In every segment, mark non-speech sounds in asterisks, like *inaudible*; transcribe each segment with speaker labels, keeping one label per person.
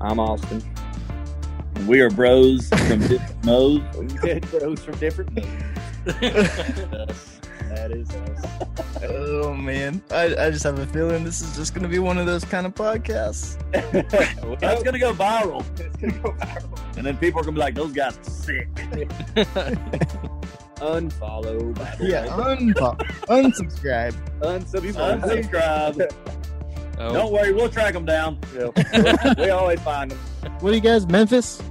Speaker 1: I'm *laughs* Austin.
Speaker 2: And we are bros from different modes.
Speaker 1: Dead bros
Speaker 2: *laughs*
Speaker 1: from different modes.
Speaker 2: Yes,
Speaker 1: That is us.
Speaker 3: Oh man, I, I just have a feeling this is just gonna be one of those kind of podcasts.
Speaker 2: That's gonna go viral,
Speaker 1: It's gonna go viral.
Speaker 2: and then people are gonna be like, "Those guys are sick."
Speaker 1: Unfollow. Bible.
Speaker 3: Yeah, unpo- unsubscribe.
Speaker 1: Unsubscribe.
Speaker 2: Unsubscribe.
Speaker 4: Oh.
Speaker 2: Don't worry, we'll track them down.
Speaker 1: Yeah. we always find them.
Speaker 3: What are you guys, Memphis?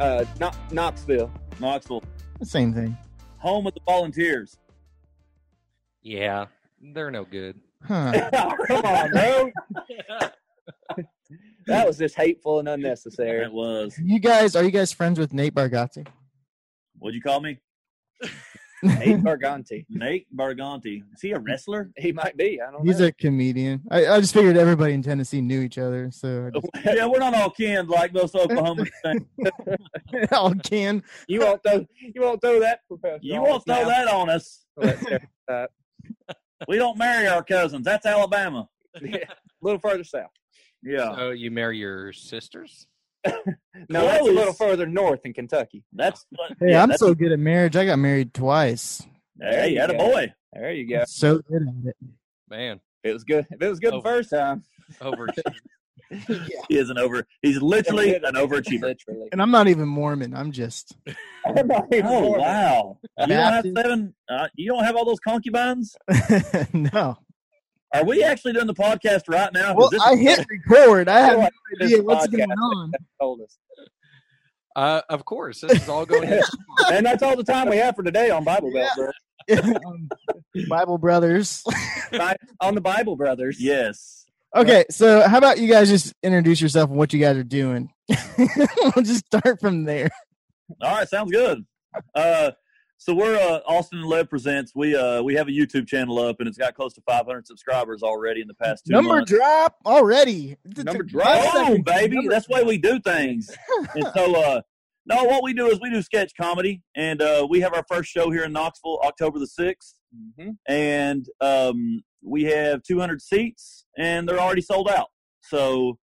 Speaker 1: Uh, not Knoxville. *laughs*
Speaker 2: Knoxville,
Speaker 3: Same thing,
Speaker 2: home of the Volunteers.
Speaker 4: Yeah, they're no good.
Speaker 3: huh?
Speaker 1: Come on, bro. That was just hateful and unnecessary.
Speaker 2: *laughs* It was.
Speaker 3: You guys, are you guys friends with Nate Bargatze?
Speaker 2: What'd you call me?
Speaker 1: Nate Barganti.
Speaker 2: Nate Barganti. Is he a wrestler?
Speaker 1: He might be. I don't
Speaker 3: He's
Speaker 1: know.
Speaker 3: a comedian. I, I just figured everybody in Tennessee knew each other, so *laughs* I
Speaker 2: yeah, we're not all kin like most Oklahomans think.
Speaker 3: just, all can.
Speaker 1: you won't throw. You won't throw that. professional
Speaker 2: You won't
Speaker 1: on
Speaker 2: throw
Speaker 1: us now.
Speaker 2: that on us.
Speaker 1: Well, that's-
Speaker 2: We don't marry our cousins. That's Alabama.
Speaker 1: *laughs* yeah. A little further south.
Speaker 2: Yeah,
Speaker 4: Oh, you marry your sisters?
Speaker 1: No, that's a little
Speaker 2: Close.
Speaker 1: further north in Kentucky.
Speaker 2: that's.
Speaker 3: Hey,
Speaker 2: yeah,
Speaker 3: I'm
Speaker 2: that's-
Speaker 3: so good at marriage. I got married twice.
Speaker 2: Hey, had a boy.
Speaker 1: There you go.
Speaker 3: So good at it.
Speaker 4: Man,
Speaker 1: It was good. If it was good
Speaker 4: Oh.
Speaker 1: the first time,
Speaker 4: over.
Speaker 2: He is an over. He's literally an overachiever.
Speaker 1: Literally.
Speaker 3: And I'm not even Mormon. I'm just
Speaker 1: I'm not even
Speaker 2: Oh
Speaker 1: Mormon.
Speaker 3: *laughs*
Speaker 2: wow! You don't have
Speaker 3: Baptist.
Speaker 2: seven. Uh, you don't have all those concubines.
Speaker 3: *laughs* no.
Speaker 2: Are we actually doing the podcast right now? 'Cause
Speaker 3: Well,
Speaker 2: this-
Speaker 3: I *laughs* hit record. I
Speaker 1: I feel
Speaker 3: have
Speaker 1: like
Speaker 3: no
Speaker 1: this
Speaker 3: idea what's
Speaker 1: podcast
Speaker 3: going on.
Speaker 1: told us.
Speaker 4: Uh, of course, this is all going.
Speaker 1: And that's all the time we have for today on Bible Belt, bro.
Speaker 3: Um, *laughs* Bible Brothers.
Speaker 1: Bi- on the Bible Brothers.
Speaker 2: *laughs* yes.
Speaker 3: Okay, so how about you guys just introduce yourself and what you guys are doing? *laughs* we'll just start from there.
Speaker 2: All right, sounds good. Uh, so we're uh, Austin and Lev presents. We uh, we have a YouTube channel up, and it's got close to 500 subscribers already in the past two
Speaker 3: Number
Speaker 2: months.
Speaker 3: drop already.
Speaker 1: uh, Number
Speaker 3: Five
Speaker 1: drop.
Speaker 2: Oh,
Speaker 3: seconds.
Speaker 2: baby,
Speaker 3: Number-
Speaker 2: that's the way we do things. and so, uh, no, what we do is we do sketch comedy, and uh, we have our first show here in Knoxville, October the sixth,
Speaker 1: hmm
Speaker 2: and um, we have 200 seats, and they're already sold out. So.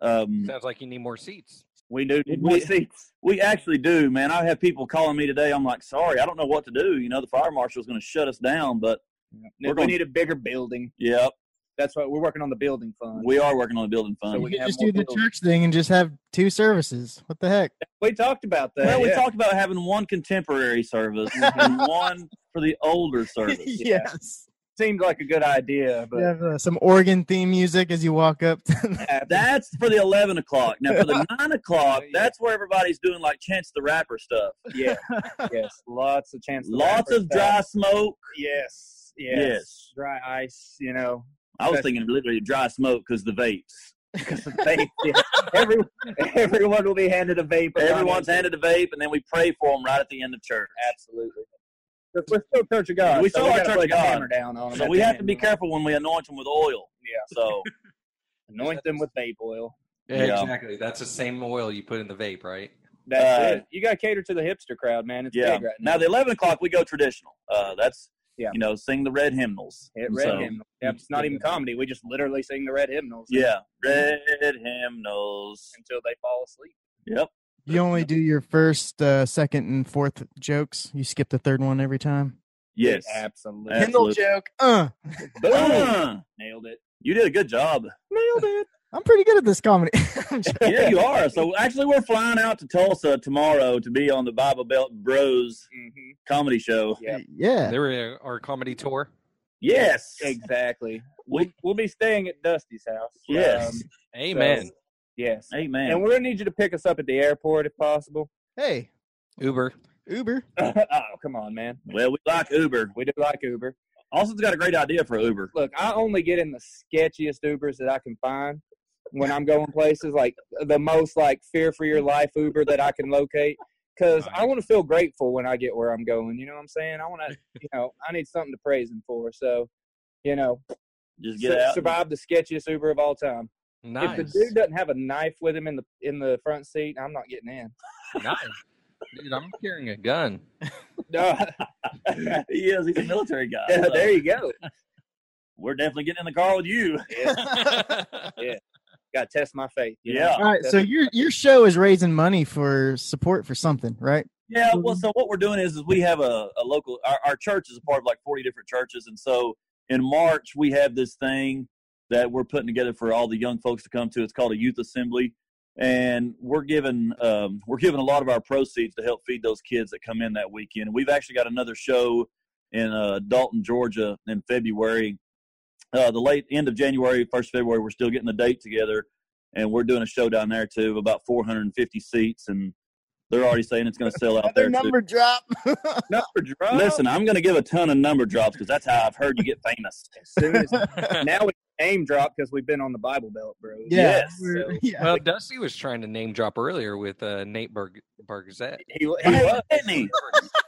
Speaker 2: Um,
Speaker 4: Sounds like you need more seats.
Speaker 2: we do.
Speaker 1: More
Speaker 2: We,
Speaker 1: seats.
Speaker 2: We actually do, man. I have people calling me today. I'm like, sorry, I don't know what to do. You know, the fire marshal's going to shut us down, but
Speaker 1: We
Speaker 2: We're going-
Speaker 1: need a bigger building.
Speaker 2: yeah,
Speaker 1: That's what we're working on the building fund.
Speaker 2: we are working on a building fund.
Speaker 1: Uh, So
Speaker 3: You
Speaker 1: Oh, we
Speaker 3: could
Speaker 1: have
Speaker 3: just
Speaker 1: more
Speaker 3: do the
Speaker 1: people.
Speaker 3: church thing and just have two services. What
Speaker 1: *laughs*
Speaker 3: the heck?
Speaker 1: We talked about that.
Speaker 2: well, we
Speaker 1: yeah.
Speaker 2: talked about having one contemporary
Speaker 1: *laughs*
Speaker 2: service and one for the older
Speaker 3: *laughs*
Speaker 2: service.
Speaker 3: yes.
Speaker 1: Seemed like a good idea, but
Speaker 3: You have uh, some organ theme music as you walk up. To
Speaker 2: That's for the 11 o'clock. Now, for
Speaker 1: *laughs*
Speaker 2: the 9 o'clock,
Speaker 1: Yeah.
Speaker 2: that's where everybody's doing like Chance the Rapper stuff.
Speaker 1: yeah, *laughs* yes, lots of chance. to
Speaker 2: Lots
Speaker 1: laugh
Speaker 2: of
Speaker 1: at that.
Speaker 2: dry smoke.
Speaker 1: Yes, yes,
Speaker 2: Yes.
Speaker 1: dry ice. You know, *laughs*
Speaker 2: I was
Speaker 1: That's-
Speaker 2: thinking literally dry smoke because the vapes.
Speaker 1: because of vape. *laughs* yeah. Every, everyone will be handed a vape.
Speaker 2: Everyone's handed a vape, and then we pray for them right at the end of church.
Speaker 1: absolutely. But We're still Church of God.
Speaker 2: We still are
Speaker 1: gotta
Speaker 2: Church
Speaker 1: put
Speaker 2: of God.
Speaker 1: the hammer down on 'em
Speaker 2: So
Speaker 1: at
Speaker 2: we
Speaker 1: the
Speaker 2: have to
Speaker 1: end.
Speaker 2: be careful when we anoint them with oil.
Speaker 1: Yeah,
Speaker 2: So.
Speaker 1: anoint them with vape oil.
Speaker 2: Yeah.
Speaker 4: Exactly. That's the same oil you put in the vape, right?
Speaker 1: That's
Speaker 2: Uh,
Speaker 1: it. You got to cater to the hipster crowd, man. *laughs* It's
Speaker 2: yeah.
Speaker 1: big right
Speaker 2: now
Speaker 1: now.
Speaker 2: the eleven o'clock we go traditional. Uh, that's
Speaker 1: Yeah.
Speaker 2: you know sing the red hymnals.
Speaker 1: Hit red
Speaker 2: So,
Speaker 1: hymnal. Yep, it's not even comedy. We just literally sing the red hymnals.
Speaker 2: Yeah, red hymnals.
Speaker 1: Until they fall asleep.
Speaker 2: Yep.
Speaker 3: *laughs* you only do your first, uh, second, and fourth jokes. You skip the third one every time.
Speaker 2: Yes.
Speaker 1: Absolutely.
Speaker 2: Ab-
Speaker 3: Kindle
Speaker 2: Absolutely.
Speaker 3: joke. Uh,
Speaker 1: Boom.
Speaker 2: Uh,
Speaker 1: Nailed it.
Speaker 2: you did a good job.
Speaker 1: Nailed it.
Speaker 3: I'm pretty good at this comedy. *laughs* I'm joking.
Speaker 2: Yeah, you are.
Speaker 1: *laughs*
Speaker 2: So actually, we're flying out to Tulsa tomorrow to be on the Bible Belt Bros
Speaker 1: Mm-hmm.
Speaker 2: comedy show.
Speaker 1: Yeah.
Speaker 3: yeah.
Speaker 4: They were our comedy tour.
Speaker 2: Yes.
Speaker 1: Exactly. We'll,
Speaker 2: We-
Speaker 1: we'll be staying at Dusty's house.
Speaker 2: Yes.
Speaker 1: Um,
Speaker 4: Amen.
Speaker 1: so- yes. And
Speaker 2: Amen.
Speaker 1: we're going to need you to pick us up at the airport if possible. *laughs*
Speaker 3: Hey,
Speaker 4: Uber.
Speaker 3: Uber.
Speaker 1: oh, come on, man.
Speaker 2: Well, we like Uber.
Speaker 1: We do like Uber.
Speaker 2: Austin's got a great idea for Uber.
Speaker 1: Look, I only get in the sketchiest Ubers that I can find when I'm going places like the most like fear for your life Uber that I can locate. Cause I want to feel grateful when I get where I'm going. You know what I'm saying? I want to, you know, I need something to praise him for. So, you know,
Speaker 2: Just get
Speaker 1: su-
Speaker 2: out. and-
Speaker 1: survive the sketchiest Uber of all time.
Speaker 4: Nice.
Speaker 1: If the dude doesn't have a knife with him in the in the front seat, I'm not getting in. *laughs*
Speaker 4: nice. Dude, I'm carrying a gun.
Speaker 1: No, *laughs*
Speaker 2: he is. He's a military *laughs* guy.
Speaker 1: yeah,
Speaker 2: So
Speaker 1: there you go.
Speaker 2: we're definitely getting in the car with you.
Speaker 1: Yeah. Got to test my faith. you know?
Speaker 2: Yeah.
Speaker 3: All right, so your your show is raising money for support for something, right?
Speaker 2: Yeah, well, so what we're doing is, is we have a, a local, our, our church is a part of like 40 different churches. And so in March, we have this thing that we're putting together for all the young folks to come to. It's called a youth assembly. And we're giving, um, we're giving a lot of our proceeds to help feed those kids that come in that weekend. And we've actually got another show in uh, Dalton, Georgia in February. Uh, the late end of January, first February, we're still getting the date together. And we're doing a show down there too, about 450 seats. And they're already saying it's going to sell out there.
Speaker 3: Their
Speaker 2: too.
Speaker 3: number drop. *laughs*
Speaker 1: Number drop.
Speaker 2: Listen, I'm going to give a ton of number drops because that's how I've heard you get famous.
Speaker 1: As soon
Speaker 2: *laughs*
Speaker 1: as- now we name drop because we've been on the Bible Belt, bro.
Speaker 2: Yes.
Speaker 3: we're-
Speaker 1: So-
Speaker 3: yeah.
Speaker 4: *laughs* Well, Dusty was trying to name drop earlier with uh, Nate Berg- Bergzette.
Speaker 1: He, he
Speaker 3: *laughs*
Speaker 1: was.
Speaker 2: Hey, Whitney,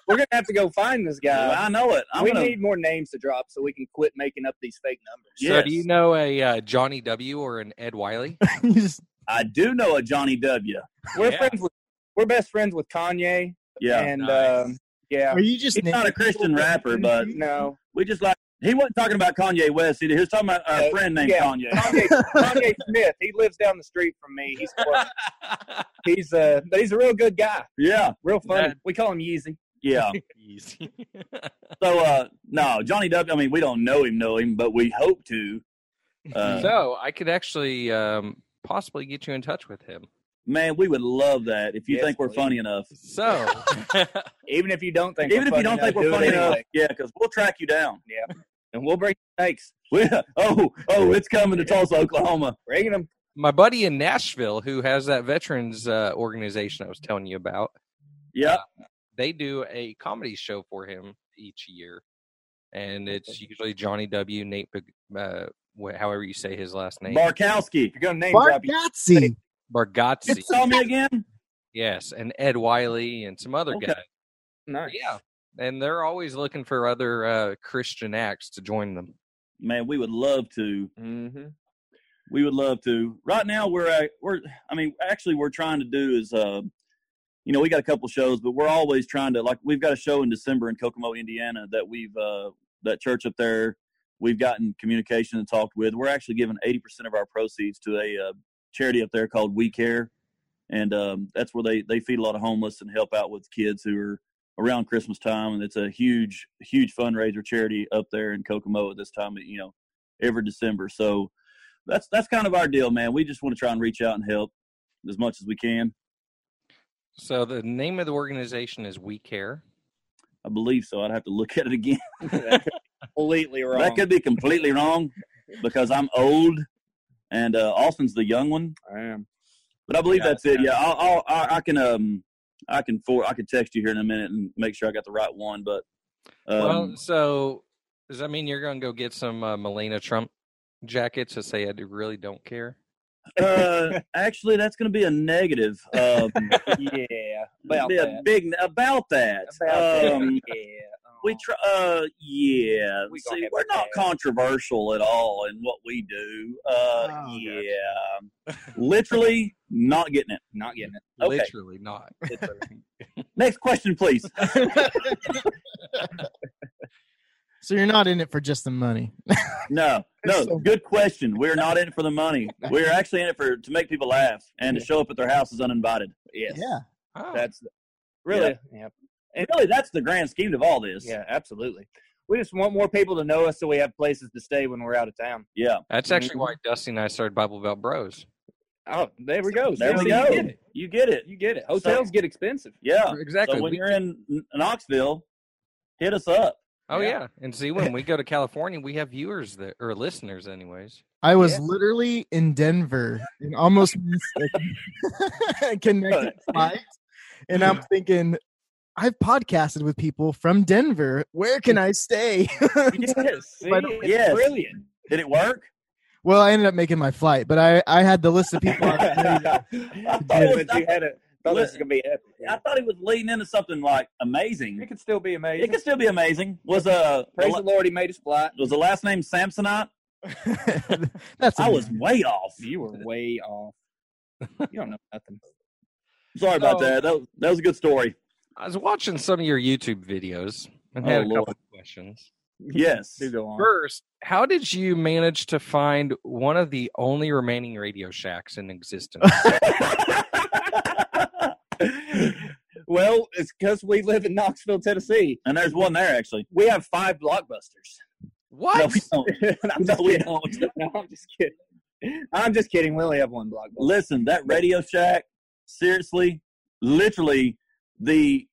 Speaker 1: We're gonna have to go find this guy.
Speaker 2: I know it. I'm
Speaker 1: we
Speaker 2: gonna,
Speaker 1: need more names to drop so we can quit making up these fake numbers.
Speaker 2: Yeah.
Speaker 4: So,
Speaker 2: Yes.
Speaker 4: do you know a uh, Johnny W or an Ed Wiley?
Speaker 3: *laughs* You just-
Speaker 2: I do know a Johnny W.
Speaker 1: We're
Speaker 4: Yeah.
Speaker 1: friends with we're best friends with Kanye
Speaker 2: Yeah.
Speaker 1: and
Speaker 4: Nice.
Speaker 1: um, yeah.
Speaker 3: are you just
Speaker 2: He's not a Christian rapper,
Speaker 3: *laughs*
Speaker 2: but
Speaker 1: No,
Speaker 2: we just like, he wasn't talking about Kanye West either. He was talking about our
Speaker 1: Uh,
Speaker 2: friend named
Speaker 1: yeah.
Speaker 2: Kanye.
Speaker 1: Kanye,
Speaker 3: *laughs*
Speaker 1: Kanye Smith. He lives down the street from me. He's
Speaker 2: *laughs*
Speaker 1: he's uh, but he's a real good guy,
Speaker 2: Yeah.
Speaker 1: real funny.
Speaker 4: That-
Speaker 1: we call him Yeezy.
Speaker 2: Yeah.
Speaker 4: Easy.
Speaker 2: So, uh, no, Johnny W. I mean, we don't know him, know him, but we hope to. Uh,
Speaker 4: so, I could actually um, possibly get you in touch with him.
Speaker 2: man, we would love that if you
Speaker 1: Yes,
Speaker 2: think we're
Speaker 1: please.
Speaker 2: funny enough.
Speaker 4: So, *laughs*
Speaker 1: Even if you don't think,
Speaker 2: Even
Speaker 1: we're
Speaker 2: if you don't
Speaker 1: funny
Speaker 2: think we're
Speaker 1: enough,
Speaker 2: funny
Speaker 1: do it
Speaker 2: enough,
Speaker 1: anyway.
Speaker 2: yeah, because we'll track you down.
Speaker 1: and we'll bring snakes.
Speaker 2: We, oh, oh, it's coming to Tulsa, Oklahoma.
Speaker 1: Bringing them.
Speaker 4: my buddy in Nashville who has that veterans uh, organization I was telling you about,
Speaker 2: Yeah.
Speaker 4: they do a comedy show for him each year, and it's usually Johnny W. Nate, Beg- uh, wh- however you say his last name,
Speaker 2: Barkowski.
Speaker 1: If you're gonna name drop, you
Speaker 3: Bargatze.
Speaker 4: Bargatze.
Speaker 2: You saw me again?
Speaker 4: Yes, and Ed Wiley and some other
Speaker 2: Okay.
Speaker 4: guys.
Speaker 1: nice.
Speaker 4: Yeah, and they're always looking for other uh, Christian acts to join them.
Speaker 2: Man, we would love to.
Speaker 1: Mm-hmm.
Speaker 2: We would love to. Right now, we're at, we're. I mean, actually, we're trying to do is, uh, you know, we got a couple shows, but we're always trying to like. We've got a show in December in Kokomo, Indiana, that we've uh, that church up there. We've gotten communication and talked with. We're actually giving eighty percent of our proceeds to a uh, charity up there called We Care, and um, that's where they they feed a lot of homeless and help out with kids who are around Christmas time. And it's a huge huge fundraiser charity up there in Kokomo at this time. You know, every December. So that's that's kind of our deal, man. We just want to try and reach out and help as much as we can.
Speaker 4: So the name of the organization is We Care.
Speaker 2: I believe so. I'd have to look *laughs* at it again.
Speaker 1: *laughs* Completely wrong.
Speaker 2: That could be completely wrong because I'm old and uh, Austin's the young one.
Speaker 1: I am.
Speaker 2: But I believe
Speaker 1: Yeah,
Speaker 2: that's it. Yeah, I'll, I'll, I, I can um I can for I can text you here in a minute and make sure I got the right one. But um,
Speaker 4: well, so does that mean you're going to go get some uh, Melania Trump jackets to say I do- really don't care?
Speaker 2: *laughs*
Speaker 1: *laughs*
Speaker 2: uh, actually, that's going to be a negative. Um,
Speaker 1: *laughs* Yeah. um,
Speaker 2: about
Speaker 1: About
Speaker 2: be a
Speaker 1: that.
Speaker 2: big about that.
Speaker 1: About
Speaker 2: um, *laughs*
Speaker 1: that. Yeah. Oh,
Speaker 2: We try, uh, yeah.
Speaker 1: We gonna
Speaker 2: See,
Speaker 1: have
Speaker 2: we're
Speaker 1: to
Speaker 2: not
Speaker 1: pass.
Speaker 2: controversial at all in what we do. Uh,
Speaker 3: Oh,
Speaker 2: yeah. Literally not getting it.
Speaker 1: not getting it.
Speaker 2: Okay.
Speaker 4: Literally not.
Speaker 1: *laughs*
Speaker 2: Next question, please.
Speaker 3: So you're not in it for just the money.
Speaker 1: *laughs*
Speaker 2: No, no.
Speaker 3: That's so-
Speaker 2: Good question. We're not in it for the money. We're actually in it for to make people laugh and to show up at their houses uninvited.
Speaker 1: Yes.
Speaker 3: Yeah.
Speaker 4: Oh,
Speaker 1: That's really. Yeah.
Speaker 2: And really, that's the grand scheme of all this.
Speaker 1: Yeah. Absolutely. We just want more people to know us so we have places to stay when we're out of town.
Speaker 2: Yeah.
Speaker 4: that's actually why Dusty and I started Bible Belt Bros.
Speaker 1: Oh, there we go.
Speaker 2: There we
Speaker 1: See,
Speaker 2: go.
Speaker 1: You get it.
Speaker 2: You get it.
Speaker 1: You get it. Hotels get expensive.
Speaker 2: Yeah.
Speaker 4: Exactly.
Speaker 2: So when
Speaker 4: We-
Speaker 2: you're in N- Knoxville, hit us up.
Speaker 4: oh yeah.
Speaker 1: yeah.
Speaker 4: and see when we go to California, we have viewers there or listeners, anyways.
Speaker 3: I was
Speaker 1: Yeah.
Speaker 3: literally in Denver and almost missed a *laughs* connected
Speaker 2: *laughs*
Speaker 3: flight. And I'm thinking, I've podcasted with people from Denver. Where can I stay?
Speaker 1: *laughs*
Speaker 3: *laughs*
Speaker 1: *laughs* Yes. See,
Speaker 3: By the way-
Speaker 1: it's
Speaker 2: Yes.
Speaker 1: *laughs* Brilliant.
Speaker 2: Did it work?
Speaker 3: well, I ended up making my flight, but I, I had the list of people. I was ready to-
Speaker 1: *laughs*
Speaker 2: I thought
Speaker 1: But
Speaker 2: it
Speaker 1: you
Speaker 2: was- I
Speaker 1: had a. Thought this was gonna be epic.
Speaker 2: I thought he was leading into something like
Speaker 1: It
Speaker 2: amazing.
Speaker 1: could still be amazing.
Speaker 2: It could still be amazing. Was uh the
Speaker 1: Praise
Speaker 2: la-
Speaker 1: the Lord, He made us fly.
Speaker 2: was the last name Samsonite?
Speaker 3: That's
Speaker 2: I was
Speaker 3: amazing.
Speaker 2: way off.
Speaker 1: You *laughs* were way off. You don't know nothing.
Speaker 2: Sorry about
Speaker 4: No.
Speaker 2: that. That was, that was a good story.
Speaker 4: I was watching some of your YouTube videos and
Speaker 2: Oh,
Speaker 4: had a
Speaker 2: Lord.
Speaker 4: couple of questions.
Speaker 2: Yes.
Speaker 1: *laughs* Do go on.
Speaker 4: First, how did you manage to find one of the only remaining Radio Shacks
Speaker 2: *laughs*
Speaker 4: in existence?
Speaker 1: Well, it's because we live in Knoxville, Tennessee.
Speaker 2: and there's one there actually.
Speaker 1: We have five blockbusters. *laughs*
Speaker 2: No,
Speaker 4: what?
Speaker 2: we don't.
Speaker 1: I'm
Speaker 2: No,
Speaker 1: just
Speaker 2: we
Speaker 1: kidding.
Speaker 2: don't.
Speaker 1: *laughs* No, I'm just kidding. I'm just kidding. We only have one blockbuster.
Speaker 2: Listen, that Radio Shack, seriously, literally the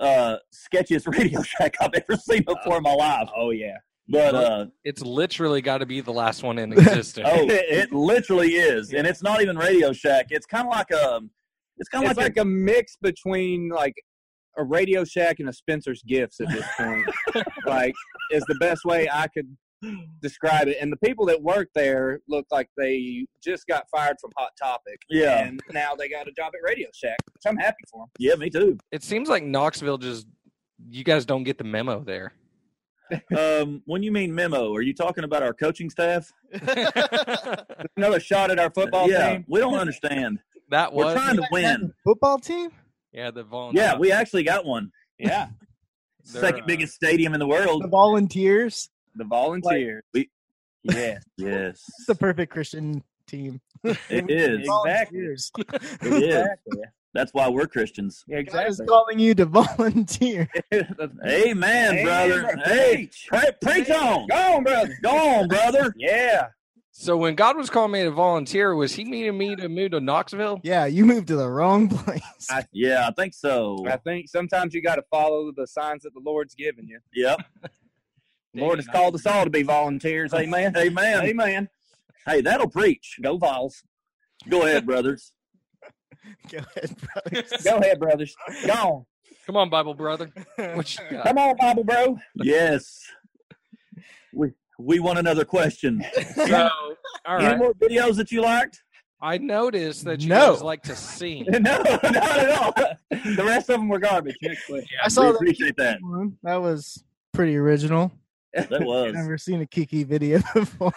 Speaker 2: uh sketchiest *laughs* Radio Shack I've ever seen before in my life.
Speaker 1: Oh yeah.
Speaker 2: But uh
Speaker 4: It's literally got to be the last one in existence.
Speaker 2: *laughs*
Speaker 4: *laughs*
Speaker 2: oh, it literally is, and it's not even Radio Shack. It's kind of like um, it's kind of
Speaker 1: It's
Speaker 2: like,
Speaker 1: like a mix between like a Radio Shack and a Spencer's Gifts at this point. *laughs* like is the best way I could describe it. And the people that work there look like they just got fired from Hot Topic.
Speaker 2: a, yeah,
Speaker 1: And now they got a job at Radio Shack, which I'm happy for them.
Speaker 2: yeah, me too.
Speaker 4: It seems like Knoxville just, you guys don't get the memo *laughs* there.
Speaker 2: Um, when you mean memo, are you talking about our coaching staff?
Speaker 1: Another shot at our football
Speaker 2: yeah,
Speaker 1: team.
Speaker 2: we don't
Speaker 4: *laughs*
Speaker 2: understand.
Speaker 4: that
Speaker 2: We're
Speaker 4: was,
Speaker 2: trying to win.
Speaker 3: Football team?
Speaker 4: yeah, the volunteer.
Speaker 2: Yeah, we actually got one.
Speaker 1: *laughs* Yeah.
Speaker 4: They're,
Speaker 2: Second
Speaker 4: uh,
Speaker 2: biggest stadium in the world.
Speaker 3: The volunteers?
Speaker 1: The volunteers.
Speaker 2: we-
Speaker 1: *laughs* yeah.
Speaker 2: Yes,
Speaker 3: It's the perfect Christian team.
Speaker 2: it is.
Speaker 1: Exactly.
Speaker 3: Volunteers.
Speaker 2: It is. That's why we're Christians.
Speaker 3: God is
Speaker 1: Exactly.
Speaker 3: calling you to *laughs* volunteer.
Speaker 1: *laughs*
Speaker 2: Amen, brother. Hey, pre- preach on.
Speaker 1: Go on, brother.
Speaker 2: Go on, brother.
Speaker 1: Yeah.
Speaker 4: So when God was calling me to volunteer, was he meaning me to move to Knoxville?
Speaker 3: Yeah, you moved to the wrong place.
Speaker 1: I-
Speaker 2: Yeah, I think so.
Speaker 1: I think sometimes you got to follow the signs that the Lord's given you.
Speaker 2: Yep.
Speaker 1: The Lord has called us all to be volunteers. Amen.
Speaker 2: Amen.
Speaker 1: Amen.
Speaker 2: Hey, that'll preach.
Speaker 1: Go Vols.
Speaker 2: Go ahead, brothers.
Speaker 3: *laughs* Go ahead, brothers.
Speaker 1: Go ahead, brothers. Go on.
Speaker 4: Come on, Bible *laughs* brother.
Speaker 3: *laughs*
Speaker 4: uh, What you got?
Speaker 1: Come on, Bible bro.
Speaker 2: Yes. We we want another question.
Speaker 1: *laughs*
Speaker 4: So, all
Speaker 2: Any
Speaker 4: right.
Speaker 2: more videos that you liked?
Speaker 4: I noticed that you
Speaker 3: No.
Speaker 4: guys like to sing.
Speaker 1: no, not at all. The rest of them were garbage. Next question.
Speaker 3: I saw
Speaker 2: we
Speaker 3: that
Speaker 2: appreciate that.
Speaker 3: one. That was pretty original.
Speaker 1: *laughs*
Speaker 2: That was
Speaker 3: Never seen a Kiki video *laughs* before.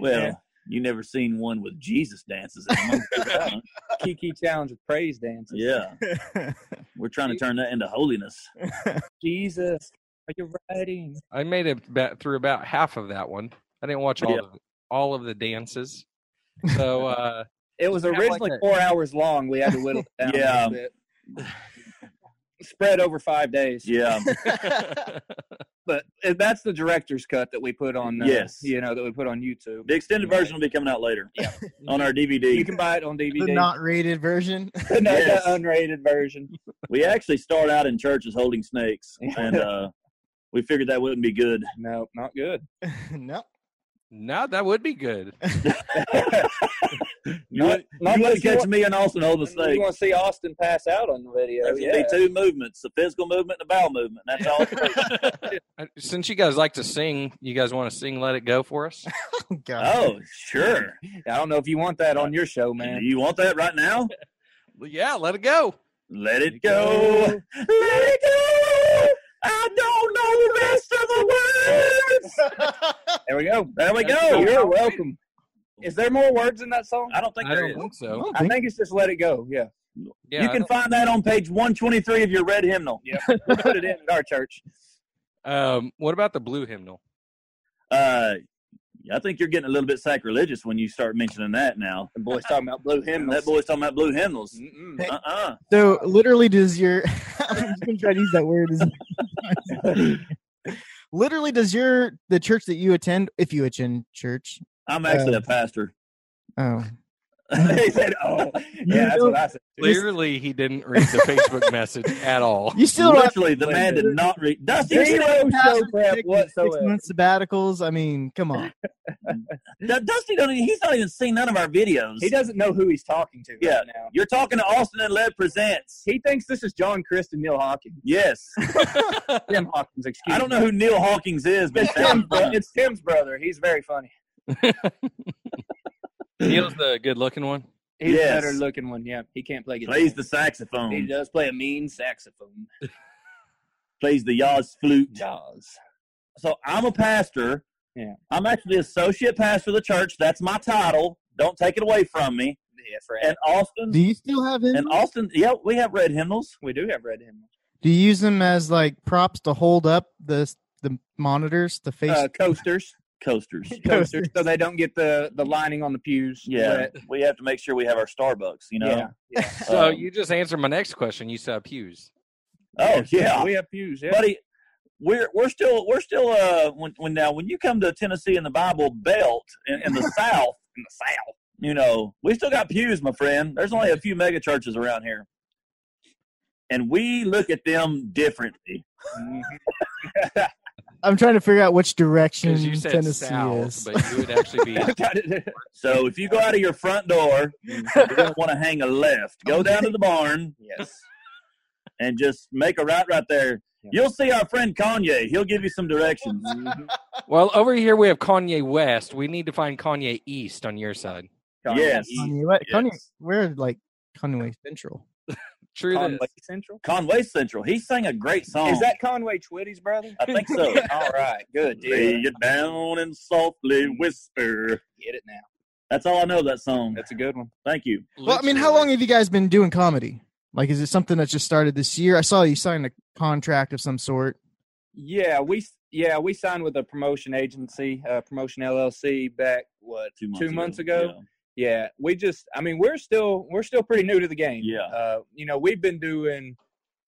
Speaker 2: well.
Speaker 1: Yeah.
Speaker 2: You never seen one with Jesus dances. In them. Huh?
Speaker 1: Kiki challenge with praise *laughs* dances.
Speaker 2: yeah, we're trying to turn that into holiness.
Speaker 1: Jesus, are you writing?
Speaker 4: I made it about, through about half of that one. I didn't watch all
Speaker 2: Yeah.
Speaker 4: of all of the dances. So *laughs* uh,
Speaker 1: It was
Speaker 4: Kinda like
Speaker 1: originally
Speaker 4: that.
Speaker 1: four hours long. We had to whittle it down. a
Speaker 2: Yeah.
Speaker 1: little bit. Spread over five days. *laughs*
Speaker 2: Yeah,
Speaker 1: But uh, that's the director's cut that we put on. Uh,
Speaker 2: Yes.
Speaker 1: You know, that we put on YouTube.
Speaker 2: the extended version will be coming out later. Yeah, on our
Speaker 1: You
Speaker 2: DVD.
Speaker 1: can buy it on DVD.
Speaker 3: the
Speaker 1: *laughs*
Speaker 3: not rated version. *laughs*
Speaker 1: No,
Speaker 2: Yes.
Speaker 1: the unrated version.
Speaker 2: We actually start out in churches holding snakes, and uh, we figured that wouldn't be good.
Speaker 1: No, not good.
Speaker 3: *laughs* no.
Speaker 4: no, that would be good.
Speaker 2: You
Speaker 1: Not-
Speaker 2: would
Speaker 1: not
Speaker 2: you would
Speaker 1: unless you
Speaker 2: catch
Speaker 1: want-
Speaker 2: me and Austin holding a
Speaker 1: You
Speaker 2: snake.
Speaker 1: want to see Austin pass out on the video?
Speaker 2: There would
Speaker 1: yeah.
Speaker 2: be two movements: the physical movement and the bowel movement. That's all. it
Speaker 1: *laughs*
Speaker 2: takes.
Speaker 4: Uh, Since you guys like to sing, you guys want to sing "Let It Go" for us?
Speaker 3: God.
Speaker 2: oh, sure.
Speaker 1: I don't know if you want that on your show,
Speaker 2: Do
Speaker 1: man.
Speaker 2: you want that right now?
Speaker 4: *laughs* yeah, let it go.
Speaker 2: Let it go. Let it go. I don't know the rest of the words.
Speaker 3: *laughs*
Speaker 1: There we go.
Speaker 2: There we go.
Speaker 1: You're welcome. Is there more words in that song?
Speaker 2: I don't think
Speaker 4: I
Speaker 2: there is.
Speaker 4: don't think so.
Speaker 1: I think it's just "Let It Go." Yeah.
Speaker 2: *laughs*
Speaker 4: Yeah,
Speaker 2: you
Speaker 4: I
Speaker 2: can find that on page 123 of your red hymnal.
Speaker 1: Yeah. We put it in at our church.
Speaker 4: don't- um, what about the blue hymnal?
Speaker 2: Uh, I think you're getting a little bit sacrilegious when you start mentioning that now.
Speaker 1: The boys talking about blue
Speaker 2: *laughs*
Speaker 1: hymnals.
Speaker 2: That boy's talking about blue hymnals.
Speaker 1: Mm-mm.
Speaker 2: Uh uh
Speaker 3: So literally does your *laughs* I'm just gonna try to use that word as *laughs* literally does your the church that you attend if you attend church
Speaker 2: I'm actually a pastor. *laughs*
Speaker 3: oh
Speaker 2: he said, oh.
Speaker 1: Yeah, that's what I said.
Speaker 4: Clearly, he didn't read the Facebook message at all.
Speaker 3: *laughs* you still don't have
Speaker 2: Literally, the man did not read. Dusty, you
Speaker 1: Zero
Speaker 2: don't-
Speaker 1: show prep
Speaker 3: six, six
Speaker 1: whatsoever.
Speaker 3: month sabbaticals I mean come on
Speaker 2: Du- Dusty, don't, even- he's not even seen none of our videos.
Speaker 1: He doesn't know who he's talking to
Speaker 2: Yeah.
Speaker 1: right now.
Speaker 2: You're talking to Austin and Lead Presents.
Speaker 1: He thinks this is John Christ and Neil Hawkins.
Speaker 2: Yes.
Speaker 1: Tim Hawkins, excuse me.
Speaker 2: I don't know who Neil Hawkins is, but
Speaker 1: It's
Speaker 2: it sounds
Speaker 1: Tim's, bro-
Speaker 2: fun.
Speaker 1: it's Tim's brother. He's very funny.
Speaker 4: *laughs* Neil's the good-looking one.
Speaker 1: He's
Speaker 2: Yes.
Speaker 1: a better looking one. Yeah, he can't play guitar.
Speaker 2: plays the
Speaker 1: he
Speaker 2: saxophone,
Speaker 1: does play a mean saxophone.
Speaker 2: plays the Yaz flute.
Speaker 1: Jaws.
Speaker 2: So I'm a pastor.
Speaker 1: Yeah.
Speaker 2: I'm actually associate pastor of the church. That's my title. Don't take it away from me.
Speaker 1: Yeah, Fred.
Speaker 2: And Austin,
Speaker 3: do you still have him
Speaker 2: and Austin, yeah, we have red hymnals.
Speaker 1: we do have red hymnals.
Speaker 3: do you use them as like props to hold up the the monitors, the face.
Speaker 2: *laughs*
Speaker 1: Uh, coasters, *laughs*
Speaker 2: coasters.
Speaker 1: coasters, so they don't get the the lining on the pews.
Speaker 2: Yeah, we have to make sure we have our Starbucks. You know.
Speaker 1: Yeah.
Speaker 2: *laughs*
Speaker 4: So
Speaker 2: Um,
Speaker 4: you just answered my next question. You said pews. *laughs*
Speaker 2: Oh yeah,
Speaker 1: we have pews. Yeah.
Speaker 2: buddy. We're we're still we're still uh when, when now when you come to Tennessee in the Bible Belt in, in the
Speaker 1: *laughs*
Speaker 2: South in the South you know we still got pews my friend there's only a few mega churches around here and we look at them differently
Speaker 1: *laughs* Mhm.
Speaker 3: I'm trying to figure out which direction
Speaker 4: Because you said
Speaker 3: Hmm, Tennessee
Speaker 4: south,
Speaker 3: is.
Speaker 4: but you would actually be
Speaker 2: so if you go out of your front door you don't want to hang a left go down to the
Speaker 1: *laughs*
Speaker 2: barn
Speaker 1: yes.
Speaker 2: and just make a right right there you'll see our friend Kanye he'll give you some
Speaker 1: *laughs*
Speaker 2: directions
Speaker 1: Mhm.
Speaker 4: well over here. We have Kanye West. We need to find Kanye East on your side.
Speaker 2: Yes.
Speaker 3: Kanye, what, Kanye,
Speaker 2: Yes.
Speaker 3: we're like Conway Central.
Speaker 4: True
Speaker 1: Conway
Speaker 4: this.
Speaker 1: Central.
Speaker 2: Conway Central he sang a great song
Speaker 1: Is that Conway Twitty's brother?
Speaker 2: I think
Speaker 1: *laughs*
Speaker 2: so.
Speaker 1: All right, good
Speaker 2: Lay
Speaker 1: deal.
Speaker 2: it down and softly whisper.
Speaker 1: Get it now.
Speaker 2: That's all I know of that song.
Speaker 1: That's a good one.
Speaker 2: Thank you.
Speaker 3: Well, I mean, how long have you guys been doing comedy? Like, is it something that just started this year? I saw you signed a contract of some sort.
Speaker 1: Yeah, we yeah we signed with a promotion agency, uh, promotion LLC, back what two months, ago. Yeah, we just I mean we're still we're still pretty new to the game.
Speaker 2: Yeah.
Speaker 1: uh, you know we've been doing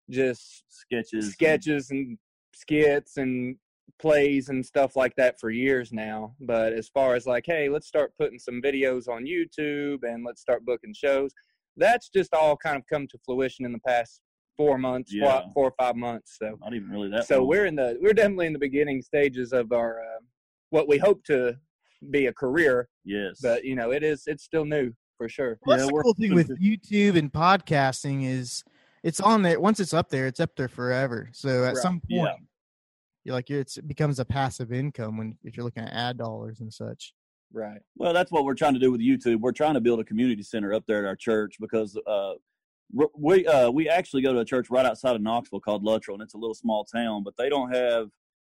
Speaker 1: just
Speaker 2: Yeah. Sketches.
Speaker 1: sketches and skits and plays and stuff like that for years now. But as far as like, hey, let's start putting some videos on YouTube and let's start booking shows, that's just all kind of come to fruition in the past four months, four-
Speaker 2: Yeah.
Speaker 1: four or five months. So,
Speaker 2: Not even really that.
Speaker 1: so
Speaker 2: long.
Speaker 1: we're in the we're definitely in the beginning stages of our uh, what we hope to be a career,
Speaker 2: yes.
Speaker 1: but you know, it is it's still new for sure.
Speaker 3: Well,
Speaker 2: Yeah,
Speaker 3: that's the
Speaker 2: we're
Speaker 3: cool thing
Speaker 2: hoping
Speaker 3: with
Speaker 2: to-
Speaker 3: YouTube and podcasting is it's on there. Once it's up there, it's up there forever. So at
Speaker 1: Right.
Speaker 3: some point,
Speaker 2: Yeah.
Speaker 3: you're like it's, it becomes a passive income when if you're looking at ad dollars and such.
Speaker 1: Right.
Speaker 2: Well, that's what we're trying to do with YouTube. We're trying to build a community center up there at our church because uh, r- we uh, we actually go to a church right outside of Knoxville called Luttrell, and it's a little small town. But they don't have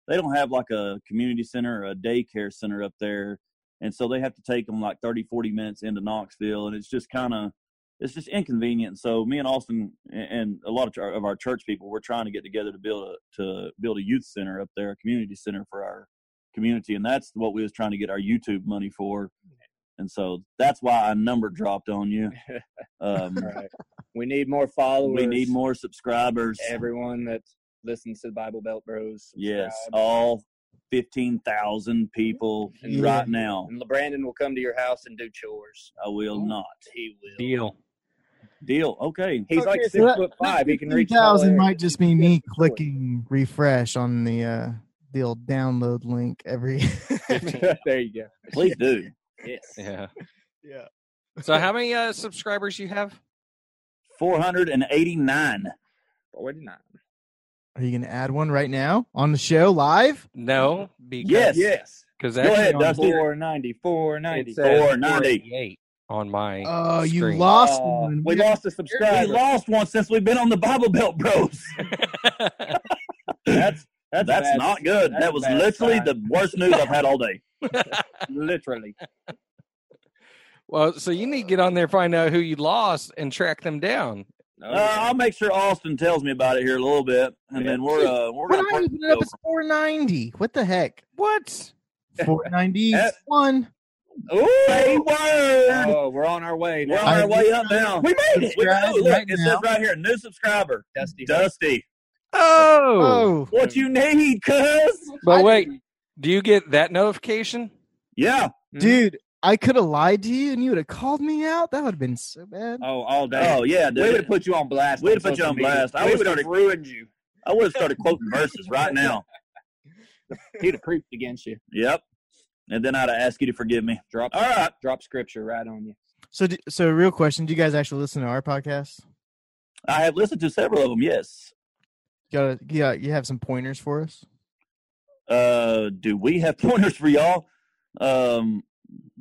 Speaker 2: they don't have like a community center or a daycare center up there, and so they have to take them like 30, 40 minutes into Knoxville, and it's just kind of it's just inconvenient. So me and Austin and- and a lot of, our- of our church people, we're trying to get together to build a, to build a youth center up there, a community center for our community, and that's what we was trying to get our YouTube money for. And so that's why I number dropped on you. Um, *laughs*
Speaker 1: Right. we need more followers.
Speaker 2: we need more subscribers.
Speaker 1: everyone that listens to the Bible Belt Bros.
Speaker 2: Yes,
Speaker 1: subscribe.
Speaker 2: all fifteen thousand people
Speaker 1: Yeah.
Speaker 2: right now.
Speaker 1: And LeBrandon will come to your house and do chores.
Speaker 2: I will not
Speaker 1: He will.
Speaker 4: deal?
Speaker 2: deal. Okay,
Speaker 1: He's like
Speaker 3: Okay,
Speaker 1: six
Speaker 3: so that-
Speaker 1: foot
Speaker 3: that
Speaker 1: five. He can reach. tall
Speaker 3: 15,000
Speaker 1: areas.
Speaker 3: might just be
Speaker 1: He's
Speaker 3: me
Speaker 1: good.
Speaker 3: clicking refresh on the uh the old download link every *laughs*
Speaker 1: *laughs* there you go.
Speaker 2: please do.
Speaker 1: Yes.
Speaker 4: Yeah.
Speaker 3: yeah.
Speaker 4: So how many uh, subscribers you have?
Speaker 2: Four hundred and eighty-nine.
Speaker 1: Forty-nine.
Speaker 3: Are you gonna add one right now on the show live?
Speaker 4: No, because
Speaker 2: Yes.
Speaker 1: Yes.
Speaker 4: because
Speaker 2: Go ahead,
Speaker 4: actually on
Speaker 2: Dusty.
Speaker 1: Four ninety-four ninety.
Speaker 4: it says
Speaker 2: 490.
Speaker 4: 488 on my.
Speaker 3: Oh, you
Speaker 4: Screen.
Speaker 3: lost one.
Speaker 1: Oh, we
Speaker 3: Yeah.
Speaker 1: lost a
Speaker 2: We
Speaker 1: subscriber.
Speaker 2: lost one since we've been on the Bible Belt, *laughs* Bros.
Speaker 4: *laughs*
Speaker 2: *laughs* That's that's,
Speaker 1: bad.
Speaker 2: not good.
Speaker 1: That's
Speaker 2: that
Speaker 1: a
Speaker 2: was
Speaker 1: bad
Speaker 2: literally
Speaker 1: sign.
Speaker 2: the worst news I've had all
Speaker 1: *laughs*
Speaker 2: day.
Speaker 1: Literally.
Speaker 4: well, so you need to get on there, find out who you lost, and track them down.
Speaker 1: No.
Speaker 2: Uh, I'll make sure Austin tells me about it here in a little bit, and then we're uh, we're
Speaker 3: When
Speaker 2: gonna
Speaker 3: I
Speaker 2: part-
Speaker 3: opened it up, it's 490. What the heck?
Speaker 1: *laughs*
Speaker 4: What?
Speaker 3: 490
Speaker 2: Uh,
Speaker 3: one.
Speaker 2: Hey,
Speaker 1: Ooh.
Speaker 2: word!
Speaker 1: Oh, we're on our way.
Speaker 2: We're
Speaker 1: Now.
Speaker 2: on our way up now. We made
Speaker 3: it. Subscribe
Speaker 2: look,
Speaker 3: right
Speaker 2: it
Speaker 3: now.
Speaker 2: says right here, new subscriber,
Speaker 1: Dusty.
Speaker 2: Dusty.
Speaker 4: Oh,
Speaker 3: Oh,
Speaker 2: What you need, cuz?
Speaker 4: but
Speaker 3: I-
Speaker 4: wait, do you get that
Speaker 2: *laughs*
Speaker 4: notification?
Speaker 2: Yeah.
Speaker 1: Hmm?
Speaker 3: dude, I could have lied to you and you would have called me out. That would have been so bad.
Speaker 1: Oh, all day.
Speaker 2: Oh yeah,
Speaker 1: we would have
Speaker 2: dude.
Speaker 1: put you on blast.
Speaker 2: We'd
Speaker 1: on
Speaker 2: have put you
Speaker 1: social
Speaker 2: on
Speaker 1: media.
Speaker 2: blast. I
Speaker 1: We
Speaker 2: would've
Speaker 1: would have
Speaker 2: started-
Speaker 1: ruined you.
Speaker 2: *laughs* I would have started quoting verses right now.
Speaker 1: He'd have preached against you.
Speaker 2: Yep. And then I'd have asked you to forgive me.
Speaker 1: Drop,
Speaker 2: All right.
Speaker 1: drop scripture right on you.
Speaker 3: So, d- so real question: Do you guys actually listen to our podcast?
Speaker 2: I have listened to several of them. Yes.
Speaker 3: Got yeah, you have some pointers for us.
Speaker 2: Uh, do we have *laughs* pointers for y'all? Um,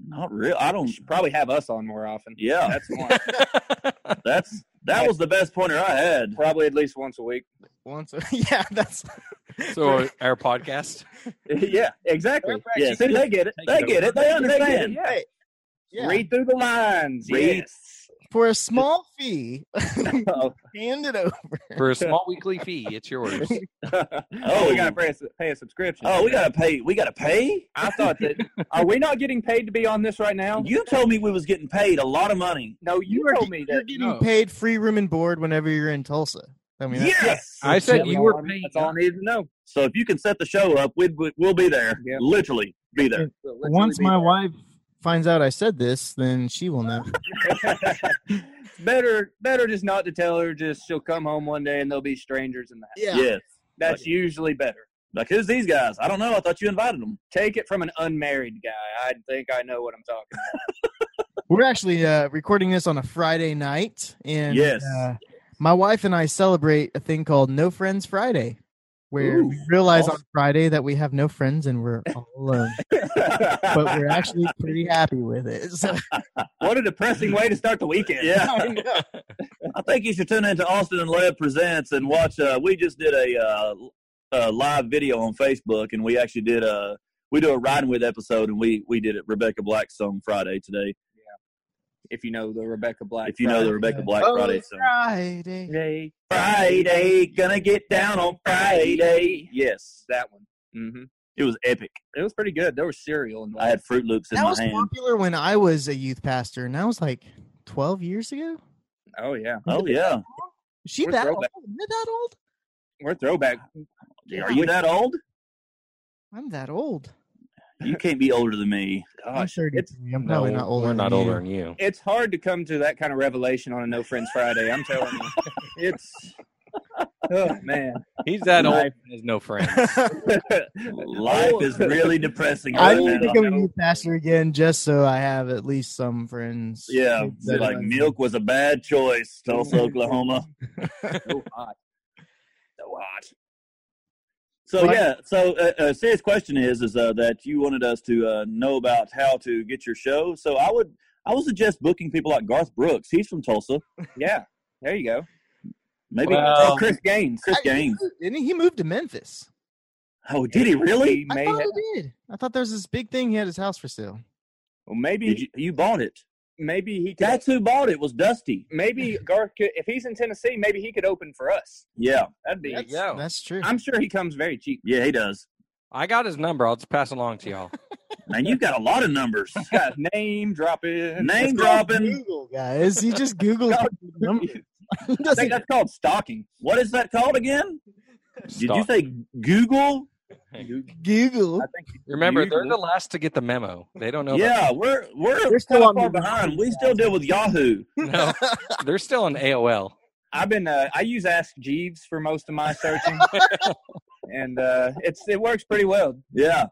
Speaker 2: not real. I don't.
Speaker 1: You should probably have us on more often.
Speaker 2: Yeah,
Speaker 1: That's one.
Speaker 2: that's that was the best pointer I had.
Speaker 1: probably at least once a week.
Speaker 3: Once, *laughs* yeah, that's
Speaker 4: so our podcast.
Speaker 1: *laughs* yeah, exactly.
Speaker 2: Yeah, see, they get it. They get it. They understand.
Speaker 1: Yeah.
Speaker 3: yeah.
Speaker 1: Read through the lines.
Speaker 2: Read.
Speaker 1: Yes.
Speaker 3: for a small fee. *laughs*
Speaker 1: Oh.
Speaker 3: Hand it over.
Speaker 4: for a small weekly fee. It's
Speaker 3: *laughs*
Speaker 4: yours.
Speaker 1: *laughs* Oh, we gotta pay a, pay a subscription.
Speaker 2: Oh, we gotta pay. We gotta pay.
Speaker 1: I thought that. Are we not getting paid to be on this right now?
Speaker 2: You told me we was getting paid a lot of money.
Speaker 1: no, you, told me
Speaker 3: You're
Speaker 1: that.
Speaker 3: getting
Speaker 4: no.
Speaker 3: paid free room and board whenever you're in Tulsa. I mean, that's-
Speaker 2: yes.
Speaker 4: I said you were paid.
Speaker 1: That's all I needed to know.
Speaker 2: So if you can set the show up, we'd, we- we'll be there.
Speaker 1: Yeah.
Speaker 2: Literally, be there.
Speaker 1: So let's really
Speaker 3: once
Speaker 1: be
Speaker 3: my
Speaker 1: there.
Speaker 3: wife finds out I said this, then she
Speaker 1: *laughs*
Speaker 3: will know.
Speaker 1: better, better just not to tell her. Just she'll come home one day and they'll be strangers in that.
Speaker 2: Yes.
Speaker 1: That's usually better.
Speaker 2: Like who's these guys? I don't know. I thought you invited them.
Speaker 1: Take it from an unmarried guy. I think I know what I'm talking. about.
Speaker 3: We're actually uh, recording this on a Friday night, and
Speaker 2: Yes.
Speaker 3: uh, my wife and I celebrate a thing called No Friends Friday, where we
Speaker 2: Ooh,
Speaker 3: realize on
Speaker 2: awesome.
Speaker 3: Friday that we have no friends and we're all alone, but
Speaker 2: *laughs*
Speaker 3: we're actually pretty happy with it. So,
Speaker 1: What a depressing way to start the weekend. *laughs*
Speaker 2: yeah. I think you should tune into Austin and Lev Presents and watch. Uh, we just did a, uh, a live video on Facebook, and we actually did a we do a riding with episode, and we we did it Rebecca Black song Friday today.
Speaker 1: If you know the Rebecca Black.
Speaker 2: if you know the
Speaker 1: Friday.
Speaker 2: Rebecca Black
Speaker 3: Oh,
Speaker 2: Friday song,
Speaker 3: Friday.
Speaker 1: Friday.
Speaker 2: Friday gonna get down on Friday. Yes,
Speaker 1: that one. hmm
Speaker 2: it was epic.
Speaker 1: It was pretty good. There was cereal in
Speaker 2: I had Fruit Loops in
Speaker 3: That
Speaker 2: my
Speaker 3: was
Speaker 2: hand.
Speaker 3: popular when I was a youth pastor, and that was like 12 years ago.
Speaker 1: Oh yeah,
Speaker 3: *laughs*
Speaker 2: Oh yeah,
Speaker 3: Is she
Speaker 1: We're
Speaker 3: that old?
Speaker 1: throwback.
Speaker 3: Am I that old?
Speaker 1: we're throwback.
Speaker 2: are you that old?
Speaker 3: I'm that old.
Speaker 2: You can't be older than
Speaker 3: *laughs*
Speaker 2: me.
Speaker 3: I'm
Speaker 1: Gosh, it's
Speaker 3: 33. I'm probably
Speaker 4: No,
Speaker 3: not older.
Speaker 4: We're
Speaker 3: than
Speaker 4: not
Speaker 3: you.
Speaker 4: older than you.
Speaker 1: it's hard to come to that kind of revelation on a No Friends Friday. I'm telling
Speaker 2: *laughs*
Speaker 1: you, it's oh man.
Speaker 4: He's that old.
Speaker 1: Life.
Speaker 4: and has
Speaker 3: *laughs*
Speaker 4: no friends.
Speaker 2: Life is really depressing.
Speaker 3: Oh. I
Speaker 2: right
Speaker 3: need to
Speaker 2: now.
Speaker 3: become a youth pastor again just so I have at least some friends. *laughs*
Speaker 2: Yeah,
Speaker 3: That
Speaker 2: like
Speaker 3: I-
Speaker 2: milk was a bad choice,
Speaker 3: *laughs*
Speaker 2: Tulsa, Oklahoma.
Speaker 1: So hot, so hot.
Speaker 2: So
Speaker 3: Well, I-
Speaker 2: yeah, so uh, a serious question is is uh, that you wanted us to uh, know about how to get your show. So I would I would suggest booking people like Garth Brooks. He's from Tulsa.
Speaker 1: Yeah, there you go.
Speaker 2: Maybe
Speaker 4: Well-
Speaker 1: Oh, Chris Gaines.
Speaker 2: Chris
Speaker 3: *laughs*
Speaker 2: Gaines.
Speaker 3: Didn't he, he moved to Memphis?
Speaker 2: Oh, did he really?
Speaker 1: He
Speaker 3: I
Speaker 1: may
Speaker 3: thought
Speaker 1: have,
Speaker 3: he did. I thought there was this big thing. He had his house for sale.
Speaker 1: well,
Speaker 2: Did you,
Speaker 1: maybe
Speaker 2: you bought it?
Speaker 1: maybe he could.
Speaker 2: That's who bought it. Was Dusty?
Speaker 1: maybe Garth could, if he's in Tennessee, maybe he could open for us.
Speaker 2: Yeah,
Speaker 1: That'd be.
Speaker 4: There you go.
Speaker 3: That's true.
Speaker 1: I'm sure he comes very cheap.
Speaker 2: yeah, he does.
Speaker 4: I got his number. I'll just pass it along to y'all.
Speaker 2: Man, you've got a lot of
Speaker 3: *laughs*
Speaker 2: numbers. *laughs*
Speaker 1: Got his name dropping.
Speaker 2: Name
Speaker 3: It's called
Speaker 2: dropping.
Speaker 3: Google, guys. He
Speaker 2: *laughs*
Speaker 3: just Googles people's numbers. *laughs* He
Speaker 1: I
Speaker 3: doesn't-
Speaker 1: think that's called stalking.
Speaker 2: What is that called again? *laughs* Did you
Speaker 4: Stop.
Speaker 2: say Google?
Speaker 3: Google. *laughs*
Speaker 1: I think
Speaker 4: Remember, they're
Speaker 1: Google.
Speaker 4: the last to get the memo. They don't know. about-
Speaker 2: Yeah, we're we're
Speaker 3: They're still
Speaker 2: still
Speaker 3: on
Speaker 2: far
Speaker 3: your-
Speaker 2: behind. We still deal with Yahoo.
Speaker 4: no,
Speaker 2: *laughs*
Speaker 4: they're still on AOL.
Speaker 1: I've been uh, I use Ask Jeeves for most of my *laughs* searching, and uh, it's it works pretty well.
Speaker 2: Yeah,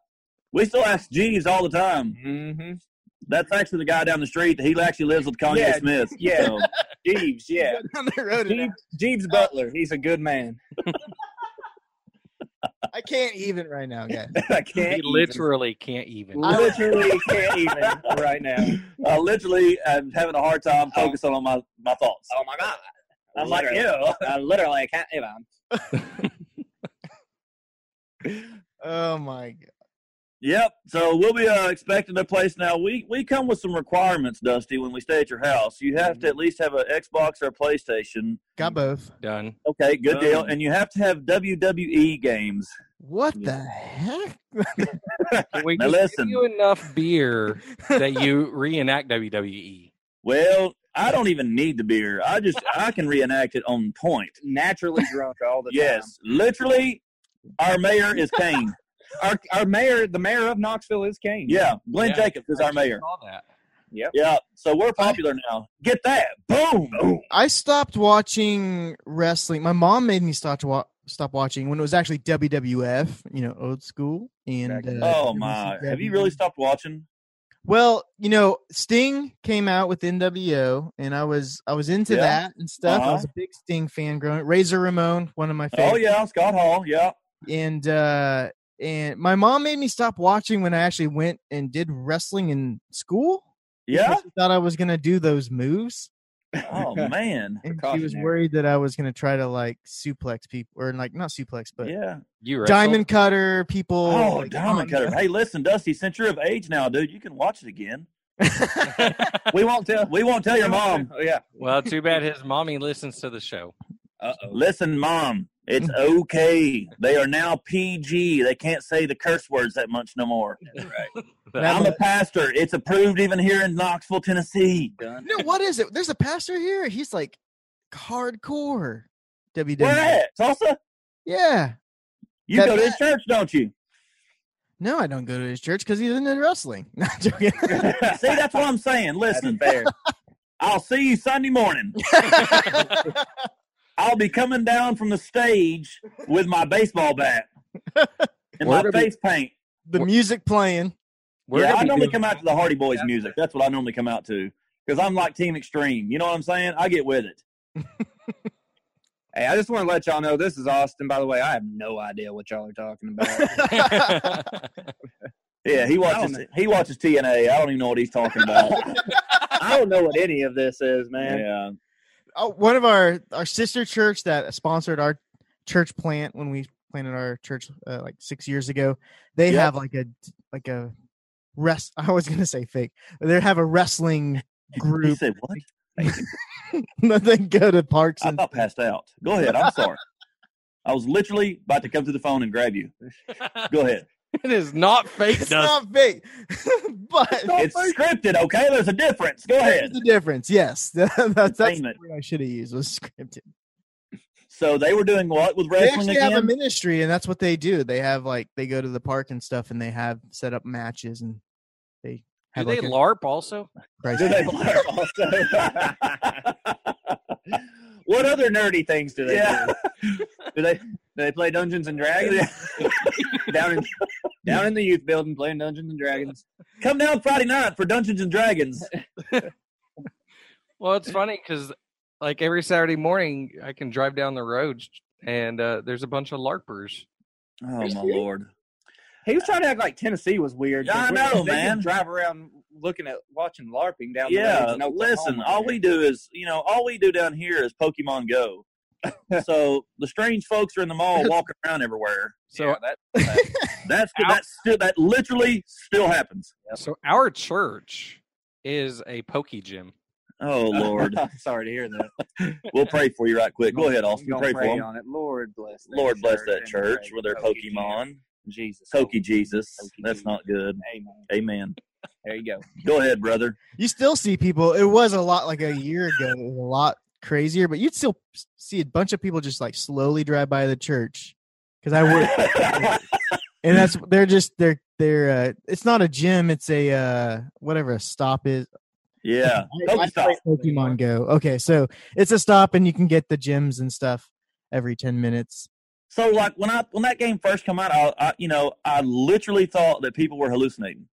Speaker 2: we still ask Jeeves all the time.
Speaker 1: Mm-hmm.
Speaker 2: That's actually the guy down the street. He actually lives with Kanye
Speaker 1: Yeah,
Speaker 2: Smith.
Speaker 1: yeah.
Speaker 2: so. *laughs*
Speaker 1: Jeeves, yeah,
Speaker 3: Down the road and
Speaker 1: Jeeves, Jeeves Butler. He's a good *laughs* man.
Speaker 3: I can't even right
Speaker 2: *laughs*
Speaker 3: now, guys.
Speaker 1: *laughs* I can't
Speaker 4: He literally can't even.
Speaker 1: even, literally can't even right now.
Speaker 2: I uh, literally am having a hard time focusing on my, my thoughts.
Speaker 1: Oh my god!
Speaker 2: I'm like,
Speaker 1: Literally.
Speaker 2: ew.
Speaker 1: I literally can't even.
Speaker 3: Oh my god.
Speaker 2: Yep. So we'll be uh, expecting a place now. We we come with some requirements, Dusty. When we stay at your house, you have to at least have an Xbox or a PlayStation.
Speaker 3: Got both.
Speaker 4: Done.
Speaker 2: Okay, good deal.
Speaker 1: Boom.
Speaker 2: And you have to have WWE games.
Speaker 3: What
Speaker 2: Yeah.
Speaker 3: the heck?
Speaker 4: Can we
Speaker 2: Now
Speaker 4: just give
Speaker 2: listen.
Speaker 4: you enough
Speaker 2: *laughs*
Speaker 4: beer that you reenact E? WWE?
Speaker 2: Well, I don't even need the beer. I just I can reenact it on point.
Speaker 1: Naturally drunk all the time.
Speaker 2: Yes, literally, our mayor is Kane.
Speaker 1: Our our mayor, the mayor of Knoxville, is Kane.
Speaker 2: Yeah, Glenn
Speaker 4: Yeah.
Speaker 2: Jacobs is
Speaker 4: I
Speaker 2: our
Speaker 4: just
Speaker 2: mayor.
Speaker 4: saw that.
Speaker 2: Yeah, so we're popular now. Get that? Boom!
Speaker 3: I stopped watching wrestling. My mom made me stop to wa- stop watching when it was actually WWF, you know, old school.
Speaker 1: Back
Speaker 3: And
Speaker 1: in-
Speaker 3: uh,
Speaker 2: Oh my! Have you really
Speaker 3: WCW.
Speaker 2: stopped watching?
Speaker 3: Well, you know, Sting came out with NWO, and I was I was into
Speaker 2: Yeah.
Speaker 3: that and stuff. I
Speaker 2: Uh-huh.
Speaker 3: was a big Sting fan growing. Razor Ramon, one of my favorites.
Speaker 2: Oh yeah, Scott Hall. Yeah,
Speaker 3: and uh and my mom made me stop watching when I actually went and did wrestling in school.
Speaker 2: yeah.
Speaker 3: because She thought I was gonna do those moves.
Speaker 2: Oh man.
Speaker 3: And she was
Speaker 1: Precautionary.
Speaker 3: worried that I was gonna try to like suplex people or like not suplex, but
Speaker 2: Yeah.
Speaker 4: You wrestle? *laughs*
Speaker 3: diamond cutter people.
Speaker 2: Oh,
Speaker 3: like,
Speaker 2: Diamond
Speaker 3: on-
Speaker 2: Cutter. Hey, listen, Dusty. Since you're of age now, dude, you can watch it again. we won't tell. We won't tell your mom.
Speaker 1: *laughs*
Speaker 2: Yeah.
Speaker 4: well, too bad his mommy listens to the show.
Speaker 2: Uh, listen, mom, it's okay. They are now PG. They can't say the curse words that much no more. I'm a pastor. It's approved even here in Knoxville, Tennessee.
Speaker 3: no, what is it? There's a pastor here. He's like hardcore WWE.
Speaker 2: Where at, Tulsa?
Speaker 3: Yeah.
Speaker 2: You
Speaker 3: That-
Speaker 2: go to his church, don't you?
Speaker 3: No, I don't go to his church because he's into wrestling. *laughs* Not joking.
Speaker 2: *laughs* See, that's what I'm saying. Listen,
Speaker 1: *laughs*
Speaker 2: I'll see you Sunday morning. I'll be coming down from the stage with my baseball bat and my
Speaker 4: Word of-
Speaker 2: face paint.
Speaker 3: the music playing.
Speaker 4: We're
Speaker 2: yeah,
Speaker 4: gonna
Speaker 2: I
Speaker 4: be
Speaker 2: normally
Speaker 4: doing-
Speaker 2: come out to the Hardy Boys music. That's what I normally come out to because I'm like Team Extreme. You know what I'm saying? I get with it.
Speaker 1: Hey, I just want to let y'all know this is Austin. By the way, I have no idea what y'all are talking about.
Speaker 3: *laughs*
Speaker 2: Yeah, he
Speaker 1: I
Speaker 2: watches
Speaker 1: don't
Speaker 2: he watches TNA. I don't even know what he's talking about.
Speaker 1: I don't know what any of this is, man.
Speaker 2: yeah,
Speaker 3: Oh, one of our our sister church that sponsored our church plant when we planted our church uh, like six years ago. They
Speaker 2: Yep.
Speaker 3: have like a like a rest. *laughs* I was gonna say fake. They have a wrestling
Speaker 2: he *laughs*
Speaker 3: group *laughs*
Speaker 2: said what?
Speaker 3: that they go to parks
Speaker 2: I
Speaker 3: and
Speaker 2: thought passed out. Go ahead. I'm sorry. I was literally about to come to the phone and grab you. Go ahead.
Speaker 4: *laughs* it is not fake.
Speaker 3: it's
Speaker 4: dust.
Speaker 3: not fake, *laughs* but
Speaker 2: It's scripted, okay? There's a difference. Go
Speaker 3: there's
Speaker 2: ahead.
Speaker 3: the difference. Yes, *laughs* that's that's the
Speaker 2: Entertainment.
Speaker 3: word I should have used was scripted.
Speaker 2: So they were doing what with
Speaker 3: They
Speaker 2: wrestling
Speaker 3: actually have a
Speaker 2: again?
Speaker 3: ministry, and that's what they do. They have like they go to the park and stuff, and they have set up matches, and they
Speaker 4: Do
Speaker 3: have
Speaker 4: they
Speaker 3: like a
Speaker 4: LARP also?
Speaker 3: Christ-
Speaker 2: Do they blur also?
Speaker 1: *laughs* What other nerdy things do they
Speaker 2: Yeah.
Speaker 1: do? Do they do they play Dungeons and Dragons *laughs* down in down in the youth building playing Dungeons and Dragons?
Speaker 2: Come down Friday night for Dungeons and
Speaker 1: *laughs*
Speaker 2: Dragons. Oh,
Speaker 4: Well, it's funny because like every Saturday morning, I can drive down the road and uh, there's a bunch of LARPers.
Speaker 2: Oh my lord!
Speaker 1: He was trying to act like Tennessee was weird.
Speaker 2: Yeah, I
Speaker 1: 'cause we-
Speaker 2: know,
Speaker 1: they just
Speaker 2: man.
Speaker 1: Drive around looking at watching LARPing down. the roads
Speaker 2: Yeah,
Speaker 1: in Oklahoma,
Speaker 2: listen. All
Speaker 1: man. *laughs*
Speaker 2: we do is, you know, all we do down here is Pokemon Go. so the strange folks are in the mall
Speaker 1: *laughs*
Speaker 2: walking around everywhere.
Speaker 4: So
Speaker 1: that,
Speaker 2: *laughs* That's that's still that literally still happens.
Speaker 4: So our church is a poke gym.
Speaker 1: *laughs*
Speaker 2: Oh lord!
Speaker 1: sorry to hear that.
Speaker 2: we'll pray for you right quick. Go ahead, Austin.
Speaker 1: Gonna
Speaker 2: Pray for them.
Speaker 1: on it. Lord bless. that
Speaker 2: Lord bless that
Speaker 1: and
Speaker 2: church
Speaker 1: pray
Speaker 2: with their
Speaker 1: for Pokey Jam.
Speaker 2: Pokemon.
Speaker 1: Jesus,
Speaker 2: Pokey Jesus.
Speaker 1: Pokey
Speaker 2: That's
Speaker 1: Jesus.
Speaker 2: not good.
Speaker 1: Amen.
Speaker 2: Amen.
Speaker 1: There you go.
Speaker 2: Go ahead,
Speaker 1: *laughs*
Speaker 2: brother.
Speaker 3: You still see people. It was a lot like a year ago. It was a lot crazier, but you'd still s- see a bunch of people just like slowly drive by the church because I work,
Speaker 2: *laughs*
Speaker 3: and that's they're just they're they're uh, it's not a gym. It's a uh, whatever a stop is.
Speaker 2: yeah.
Speaker 3: I- I
Speaker 2: Pokey stop.
Speaker 3: play Pokemon Go. Okay, so it's a stop, and you can get the gyms and stuff every ten minutes.
Speaker 2: So like when I when that game first come out, I, I you know I literally thought that people were hallucinating.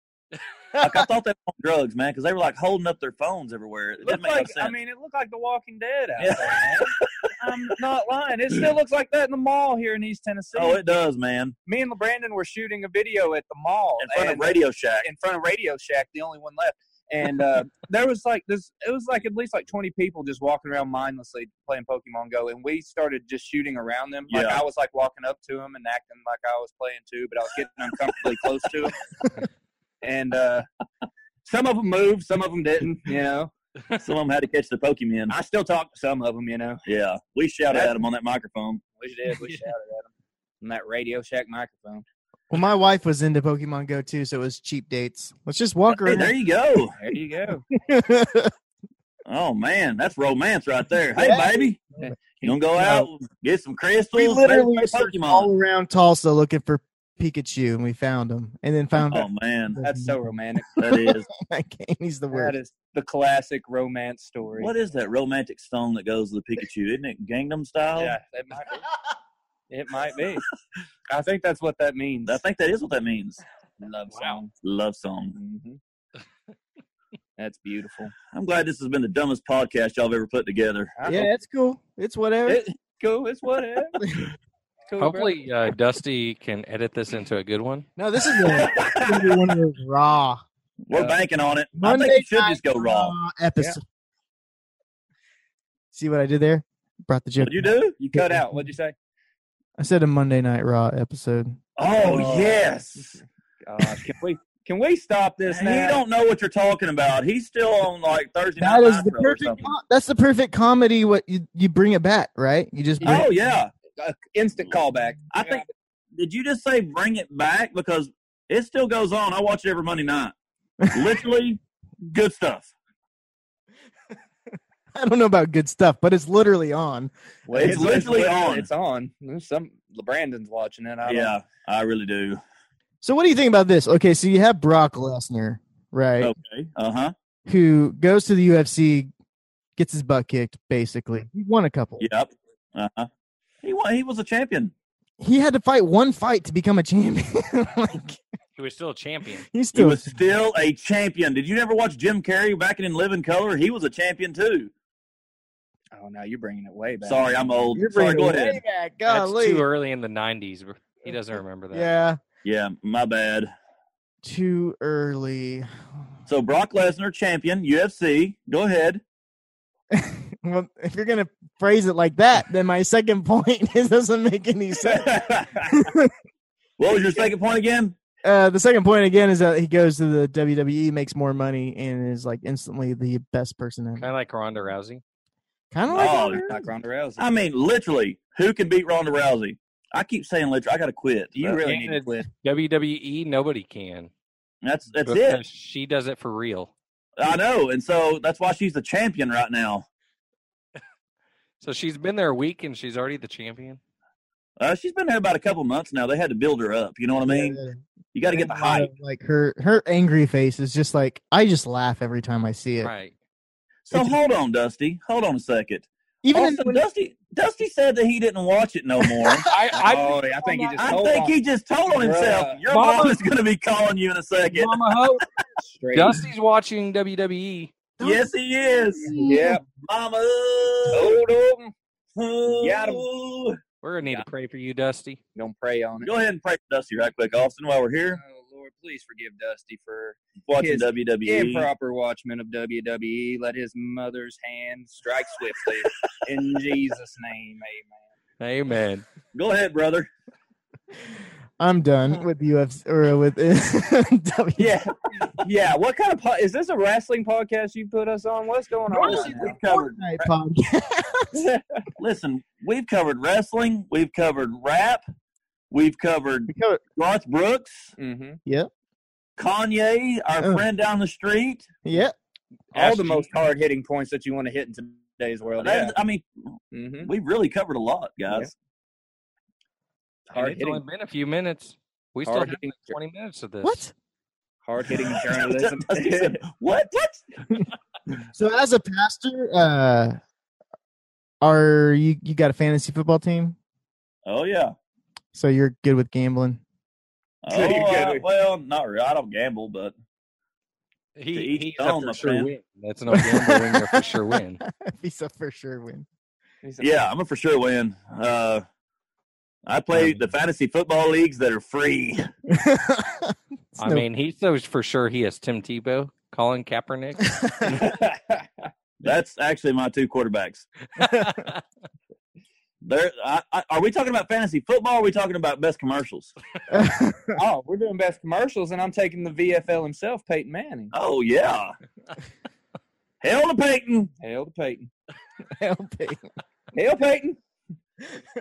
Speaker 2: like I thought they were on drugs, man, because they were like holding up their phones everywhere. It didn't
Speaker 1: Looked
Speaker 2: make
Speaker 1: like,
Speaker 2: no sense.
Speaker 1: I mean, it looked like The Walking Dead out
Speaker 2: Yeah.
Speaker 1: there. Man. I'm not
Speaker 2: *laughs*
Speaker 1: lying. It still looks like that in the mall here in East Tennessee.
Speaker 2: oh, it does, man.
Speaker 1: Me and LeBrandon were shooting a video at the mall
Speaker 2: In front of
Speaker 1: and- uh,
Speaker 2: Radio Shack.
Speaker 1: in front of Radio Shack, the only one left. And *laughs* uh, there was like this. It was like at least like twenty people just walking around mindlessly playing Pokemon Go, and we started just shooting around them. Like
Speaker 2: Yeah.
Speaker 1: I was like walking up to them and acting like I was playing too, but I was getting uncomfortably close to them. *laughs* And uh, some of them moved, some of them didn't. You know,
Speaker 2: Some of them had to catch the Pokemon.
Speaker 1: I still talk to some of them. You know,
Speaker 2: Yeah, we shouted
Speaker 1: That-
Speaker 2: at them on that microphone.
Speaker 1: we did. We *laughs* shouted at them on that Radio Shack microphone.
Speaker 3: Well, my wife was into Pokemon Go too, so it was cheap dates. Let's just walk
Speaker 2: Hey, there
Speaker 3: around.
Speaker 2: you go.
Speaker 1: There you go.
Speaker 2: Oh man, that's romance right there. Hey,
Speaker 3: Yeah.
Speaker 2: baby, you gonna go out get some crystals?
Speaker 3: we literally
Speaker 2: play
Speaker 3: searched
Speaker 2: Pokemon.
Speaker 3: all around Tulsa looking for Pikachu, and we found him, and then found
Speaker 2: Oh
Speaker 1: *laughs*
Speaker 2: man,
Speaker 1: That's so romantic.
Speaker 2: that is
Speaker 3: *laughs* that game. He's the
Speaker 1: That
Speaker 3: worst.
Speaker 1: is the classic romance story.
Speaker 2: what is that romantic song that goes with the Pikachu? Isn't it Gangnam Style?
Speaker 1: Yeah, it might be. It might
Speaker 2: *laughs*
Speaker 1: be. I think that's what that means.
Speaker 2: I think that is what that means.
Speaker 1: love
Speaker 4: Wow.
Speaker 1: song.
Speaker 2: Love song.
Speaker 1: hmm that's beautiful.
Speaker 2: I'm glad this has been the dumbest podcast y'all have ever put together.
Speaker 3: yeah, it's cool. It's whatever.
Speaker 1: It- cool.
Speaker 2: *laughs*
Speaker 1: It's whatever. Cool, bro.
Speaker 4: Hopefully, uh, Dusty can edit this into a good one.
Speaker 3: no, this is
Speaker 2: *laughs*
Speaker 3: a, it's gonna be one of those raw
Speaker 2: We're
Speaker 1: Yeah.
Speaker 2: banking on it. I think it should
Speaker 3: night
Speaker 2: just go raw.
Speaker 3: episode. See what I did there? Brought the joke.
Speaker 2: What'd you do?
Speaker 1: you cut out. What'd you say?
Speaker 3: I said a Monday Night Raw episode.
Speaker 2: Oh,
Speaker 1: Oh.
Speaker 2: yes.
Speaker 1: Gosh, can we Can we stop this
Speaker 2: He
Speaker 1: now?
Speaker 2: don't know what you're talking about. He's still on like Thursday night.
Speaker 3: That is
Speaker 2: Nitro
Speaker 3: the
Speaker 2: or
Speaker 3: perfect.
Speaker 2: something.
Speaker 3: com- that's the perfect comedy. What you, you bring it back, right? You just bring,
Speaker 2: Oh yeah,
Speaker 1: Uh, instant callback.
Speaker 2: I think. Did you just say bring it back because it still goes on? I watch it every Monday night. Literally, good stuff.
Speaker 3: *laughs* I don't know about good stuff, but it's literally on.
Speaker 2: Well, it's, literally on.
Speaker 1: It's on. There's Some Brandon's watching it. I don't-
Speaker 2: yeah, I really do.
Speaker 3: So what do you think about this? Okay, so you have Brock Lesnar, right?
Speaker 2: Okay. Uh huh.
Speaker 3: Who goes to the UFC, gets his butt kicked. Basically, he won a couple.
Speaker 2: Yep. Uh huh. He wa- he was a champion.
Speaker 3: He had to fight one fight to become a champion. *laughs* like
Speaker 4: He was still a champion.
Speaker 3: he's
Speaker 2: He
Speaker 3: still
Speaker 2: was still a champion. Did you never watch Jim Carrey back in Living Color? He was a champion too.
Speaker 1: Oh, now you're bringing it way back.
Speaker 2: Sorry, I'm old.
Speaker 3: You're
Speaker 2: Sorry,
Speaker 3: bringing
Speaker 2: go
Speaker 3: it
Speaker 2: ahead.
Speaker 3: way back.
Speaker 4: That's
Speaker 3: Golly.
Speaker 4: too early in the '90s. bro. He doesn't remember that.
Speaker 3: Yeah,
Speaker 2: Yeah, my bad.
Speaker 3: too early.
Speaker 2: So Brock Lesnar, champion, UFC. Go
Speaker 3: *laughs*
Speaker 2: ahead.
Speaker 3: Well, if you're gonna phrase it like that, then my second *laughs* point is doesn't
Speaker 2: *laughs*
Speaker 3: make any sense.
Speaker 2: what was your second point again?
Speaker 3: Uh, the second point again is that he goes to the WWE, makes more money, and is like instantly the best person in.
Speaker 4: Kind of like Ronda Rousey.
Speaker 3: Kind of like
Speaker 2: Oh,
Speaker 3: Ronda
Speaker 1: Like
Speaker 3: Rousey.
Speaker 1: Ronda Rousey.
Speaker 2: I mean, literally, who can beat Ronda Rousey? I keep saying literally. I got to quit.
Speaker 1: you
Speaker 2: But
Speaker 1: really need to quit.
Speaker 4: WWE, E, nobody can.
Speaker 2: That's that's
Speaker 4: because
Speaker 2: it.
Speaker 4: She does it for real.
Speaker 2: I know, and so that's why she's the champion right now.
Speaker 4: So she's been there a week and she's already the champion.
Speaker 2: Uh, she's been there about a couple months now. They had to build her up. You know what I mean? You got to get the
Speaker 3: And a lot
Speaker 2: hype.
Speaker 3: of, Like her, her angry face is just like I just laugh every time I see it.
Speaker 4: Right.
Speaker 2: So hold on, Dusty. Hold on a second.
Speaker 3: Even
Speaker 2: also,
Speaker 3: in,
Speaker 2: Dusty Dusty said that he didn't watch it no more.
Speaker 4: I, I
Speaker 1: oh, I think he just
Speaker 2: I
Speaker 1: told
Speaker 2: think
Speaker 1: on
Speaker 2: he just told on himself.
Speaker 1: Bruh.
Speaker 2: Your
Speaker 4: Mama-
Speaker 2: mom is going to be calling you in a second.
Speaker 4: Mama Ho,
Speaker 1: straight.
Speaker 4: Dusty's watching E. WWE.
Speaker 2: Yes, he is.
Speaker 1: Yeah.
Speaker 2: Mama.
Speaker 1: Hold on. Got
Speaker 4: We're gonna need to pray for you, Dusty.
Speaker 1: Don't prey on it.
Speaker 2: Go ahead and pray for Dusty right quick, Austin, while we're
Speaker 1: Oh,
Speaker 2: here
Speaker 1: Lord, please forgive Dusty for
Speaker 2: watching E.
Speaker 1: His
Speaker 2: WWE.
Speaker 1: improper watchman of WWE. Let his mother's hand strike swiftly. *laughs* In Jesus' name, amen.
Speaker 4: Amen.
Speaker 2: Go ahead, brother.
Speaker 3: I'm
Speaker 2: Hmm.
Speaker 3: done with UFC or with *laughs* E. WWE.
Speaker 2: *laughs*
Speaker 1: Yeah. Yeah. What kind of po- is this a wrestling podcast you put us on? What's going
Speaker 2: Listen,
Speaker 1: on?
Speaker 2: we've covered,
Speaker 3: Fortnite podcast.
Speaker 2: *laughs* listen, we've covered wrestling. We've covered rap. We've covered Garth Brooks,
Speaker 1: Mm-hmm.
Speaker 2: Kanye, our
Speaker 3: Uh.
Speaker 2: friend down the street.
Speaker 3: Yeah,
Speaker 1: All the
Speaker 4: SG.
Speaker 1: most hard hitting points that you want to hit in today's world. Oh, Yeah.
Speaker 2: That- I mean,
Speaker 1: Mm-hmm.
Speaker 2: we've really covered a lot, guys.
Speaker 4: And
Speaker 1: Hard
Speaker 4: It's only
Speaker 1: hitting,
Speaker 4: been a few minutes. We still have
Speaker 1: hard
Speaker 4: like
Speaker 1: hitting,
Speaker 4: 20 minutes of this.
Speaker 3: what?
Speaker 1: hard *laughs* hitting
Speaker 2: *laughs*
Speaker 1: journalism.
Speaker 2: Dusty
Speaker 1: *laughs*
Speaker 2: said, what? What?
Speaker 3: So as a pastor, uh, are you you got a fantasy football team?
Speaker 2: Oh, yeah.
Speaker 1: *laughs*
Speaker 3: So you're good with gambling. *laughs*
Speaker 2: Oh,
Speaker 1: There you
Speaker 2: I-
Speaker 1: go.
Speaker 2: well, not really. I don't gamble,
Speaker 1: *laughs*
Speaker 2: but
Speaker 4: He,
Speaker 2: To each
Speaker 4: he's
Speaker 2: his
Speaker 4: a
Speaker 2: own,
Speaker 4: for
Speaker 2: my
Speaker 4: sure
Speaker 2: friend.
Speaker 4: win. That's an Oklahoma winner for sure win.
Speaker 3: He's a for sure win.
Speaker 1: *laughs*
Speaker 2: yeah, I'm a for sure win. Uh, I play the fantasy football leagues that are
Speaker 1: *laughs*
Speaker 2: free.
Speaker 4: I mean, he knows for sure he has Tim Tebow, Colin Kaepernick. *laughs*
Speaker 2: That's actually my two quarterbacks. There, I, I, are we talking about fantasy football? Or are we talking about best commercials?
Speaker 1: oh, we're doing best commercials, and I'm taking the VFL himself, Peyton Manning.
Speaker 2: Oh
Speaker 1: *laughs*
Speaker 2: yeah, hell to Peyton.
Speaker 1: Hail to Peyton.
Speaker 3: helping. *laughs*
Speaker 1: Hail Peyton.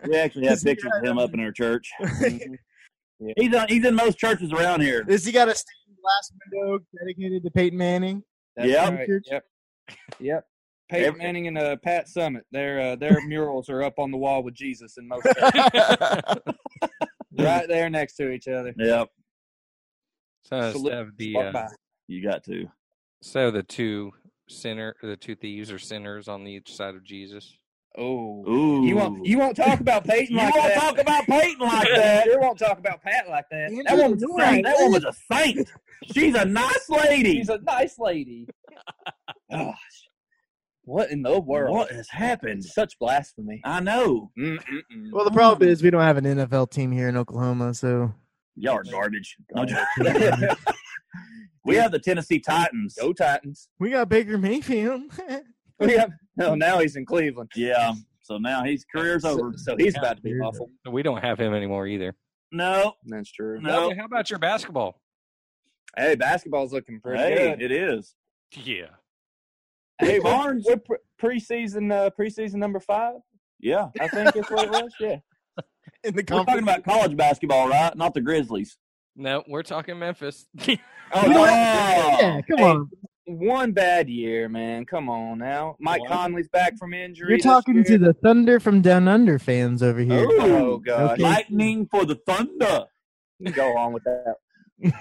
Speaker 2: We actually
Speaker 1: *laughs*
Speaker 2: have pictures of him up in our church.
Speaker 1: Mm-hmm.
Speaker 2: *laughs* He's on, he's in most churches around
Speaker 1: *laughs*
Speaker 2: here.
Speaker 3: Does he got a stained glass window dedicated to Peyton Manning?
Speaker 2: Yeah.
Speaker 1: right. Yep. Yep. Peyton
Speaker 2: Every-
Speaker 1: Manning and uh, Pat Summit, their
Speaker 2: *laughs*
Speaker 1: uh, their murals are up on the wall with Jesus and most right there next to each other.
Speaker 2: Yep,
Speaker 4: so,
Speaker 1: Salute.
Speaker 4: instead of the,
Speaker 1: Walk
Speaker 4: uh,
Speaker 1: by.
Speaker 2: you got to.
Speaker 4: so the two sinner, the two thieves are sinners on each side of Jesus.
Speaker 1: Oh,
Speaker 2: Ooh,
Speaker 1: you won't you won't talk about Peyton
Speaker 2: *laughs* You
Speaker 1: like
Speaker 2: won't
Speaker 1: that.
Speaker 2: talk about Peyton like *laughs* that.
Speaker 1: You won't talk about Pat like that.
Speaker 3: You
Speaker 1: That
Speaker 3: know
Speaker 1: woman's a
Speaker 3: what?
Speaker 1: saint.
Speaker 2: That woman's a saint. She's a nice lady.
Speaker 1: She's a nice lady. Gosh, what in the world?
Speaker 2: What has happened?
Speaker 1: Such blasphemy.
Speaker 2: I know. *laughs*
Speaker 1: Mm-mm-mm.
Speaker 3: Well, the problem is we don't have an NFL team here in Oklahoma, so
Speaker 2: Y'all are garbage. No, I'm joking. we have the Tennessee Titans.
Speaker 1: Go Titans. *laughs*
Speaker 3: we got Baker Mayfield. *laughs*
Speaker 1: Yeah. No, now he's in Cleveland.
Speaker 2: Yeah. So now his career's
Speaker 1: So,
Speaker 2: over.
Speaker 1: so he's about to be awful.
Speaker 4: We don't have him anymore either.
Speaker 2: No,
Speaker 1: That's true.
Speaker 2: No.
Speaker 4: How about your basketball?
Speaker 1: Hey, basketball's looking pretty
Speaker 2: Hey,
Speaker 1: good.
Speaker 2: it is.
Speaker 5: Yeah.
Speaker 2: Hey,
Speaker 1: we're-
Speaker 2: Barnes.
Speaker 1: *laughs* we're pre- preseason uh, preseason number five.
Speaker 2: Yeah.
Speaker 1: I think is what it was. Yeah,
Speaker 3: in the
Speaker 2: We're talking
Speaker 3: conference.
Speaker 2: about college basketball, right? Not the Grizzlies.
Speaker 4: No, we're
Speaker 2: *laughs*
Speaker 4: talking Memphis.
Speaker 2: *laughs* Oh,
Speaker 3: yeah, come
Speaker 1: Hey,
Speaker 3: on.
Speaker 1: one bad year, man. Come on now. Mike
Speaker 2: What?
Speaker 1: Conley's back from injury.
Speaker 3: You're
Speaker 1: this
Speaker 3: talking to
Speaker 1: year.
Speaker 3: the Thunder from Down Under fans over here.
Speaker 1: Oh gosh,
Speaker 3: Okay.
Speaker 2: Lightning for the Thunder.
Speaker 1: You go on with that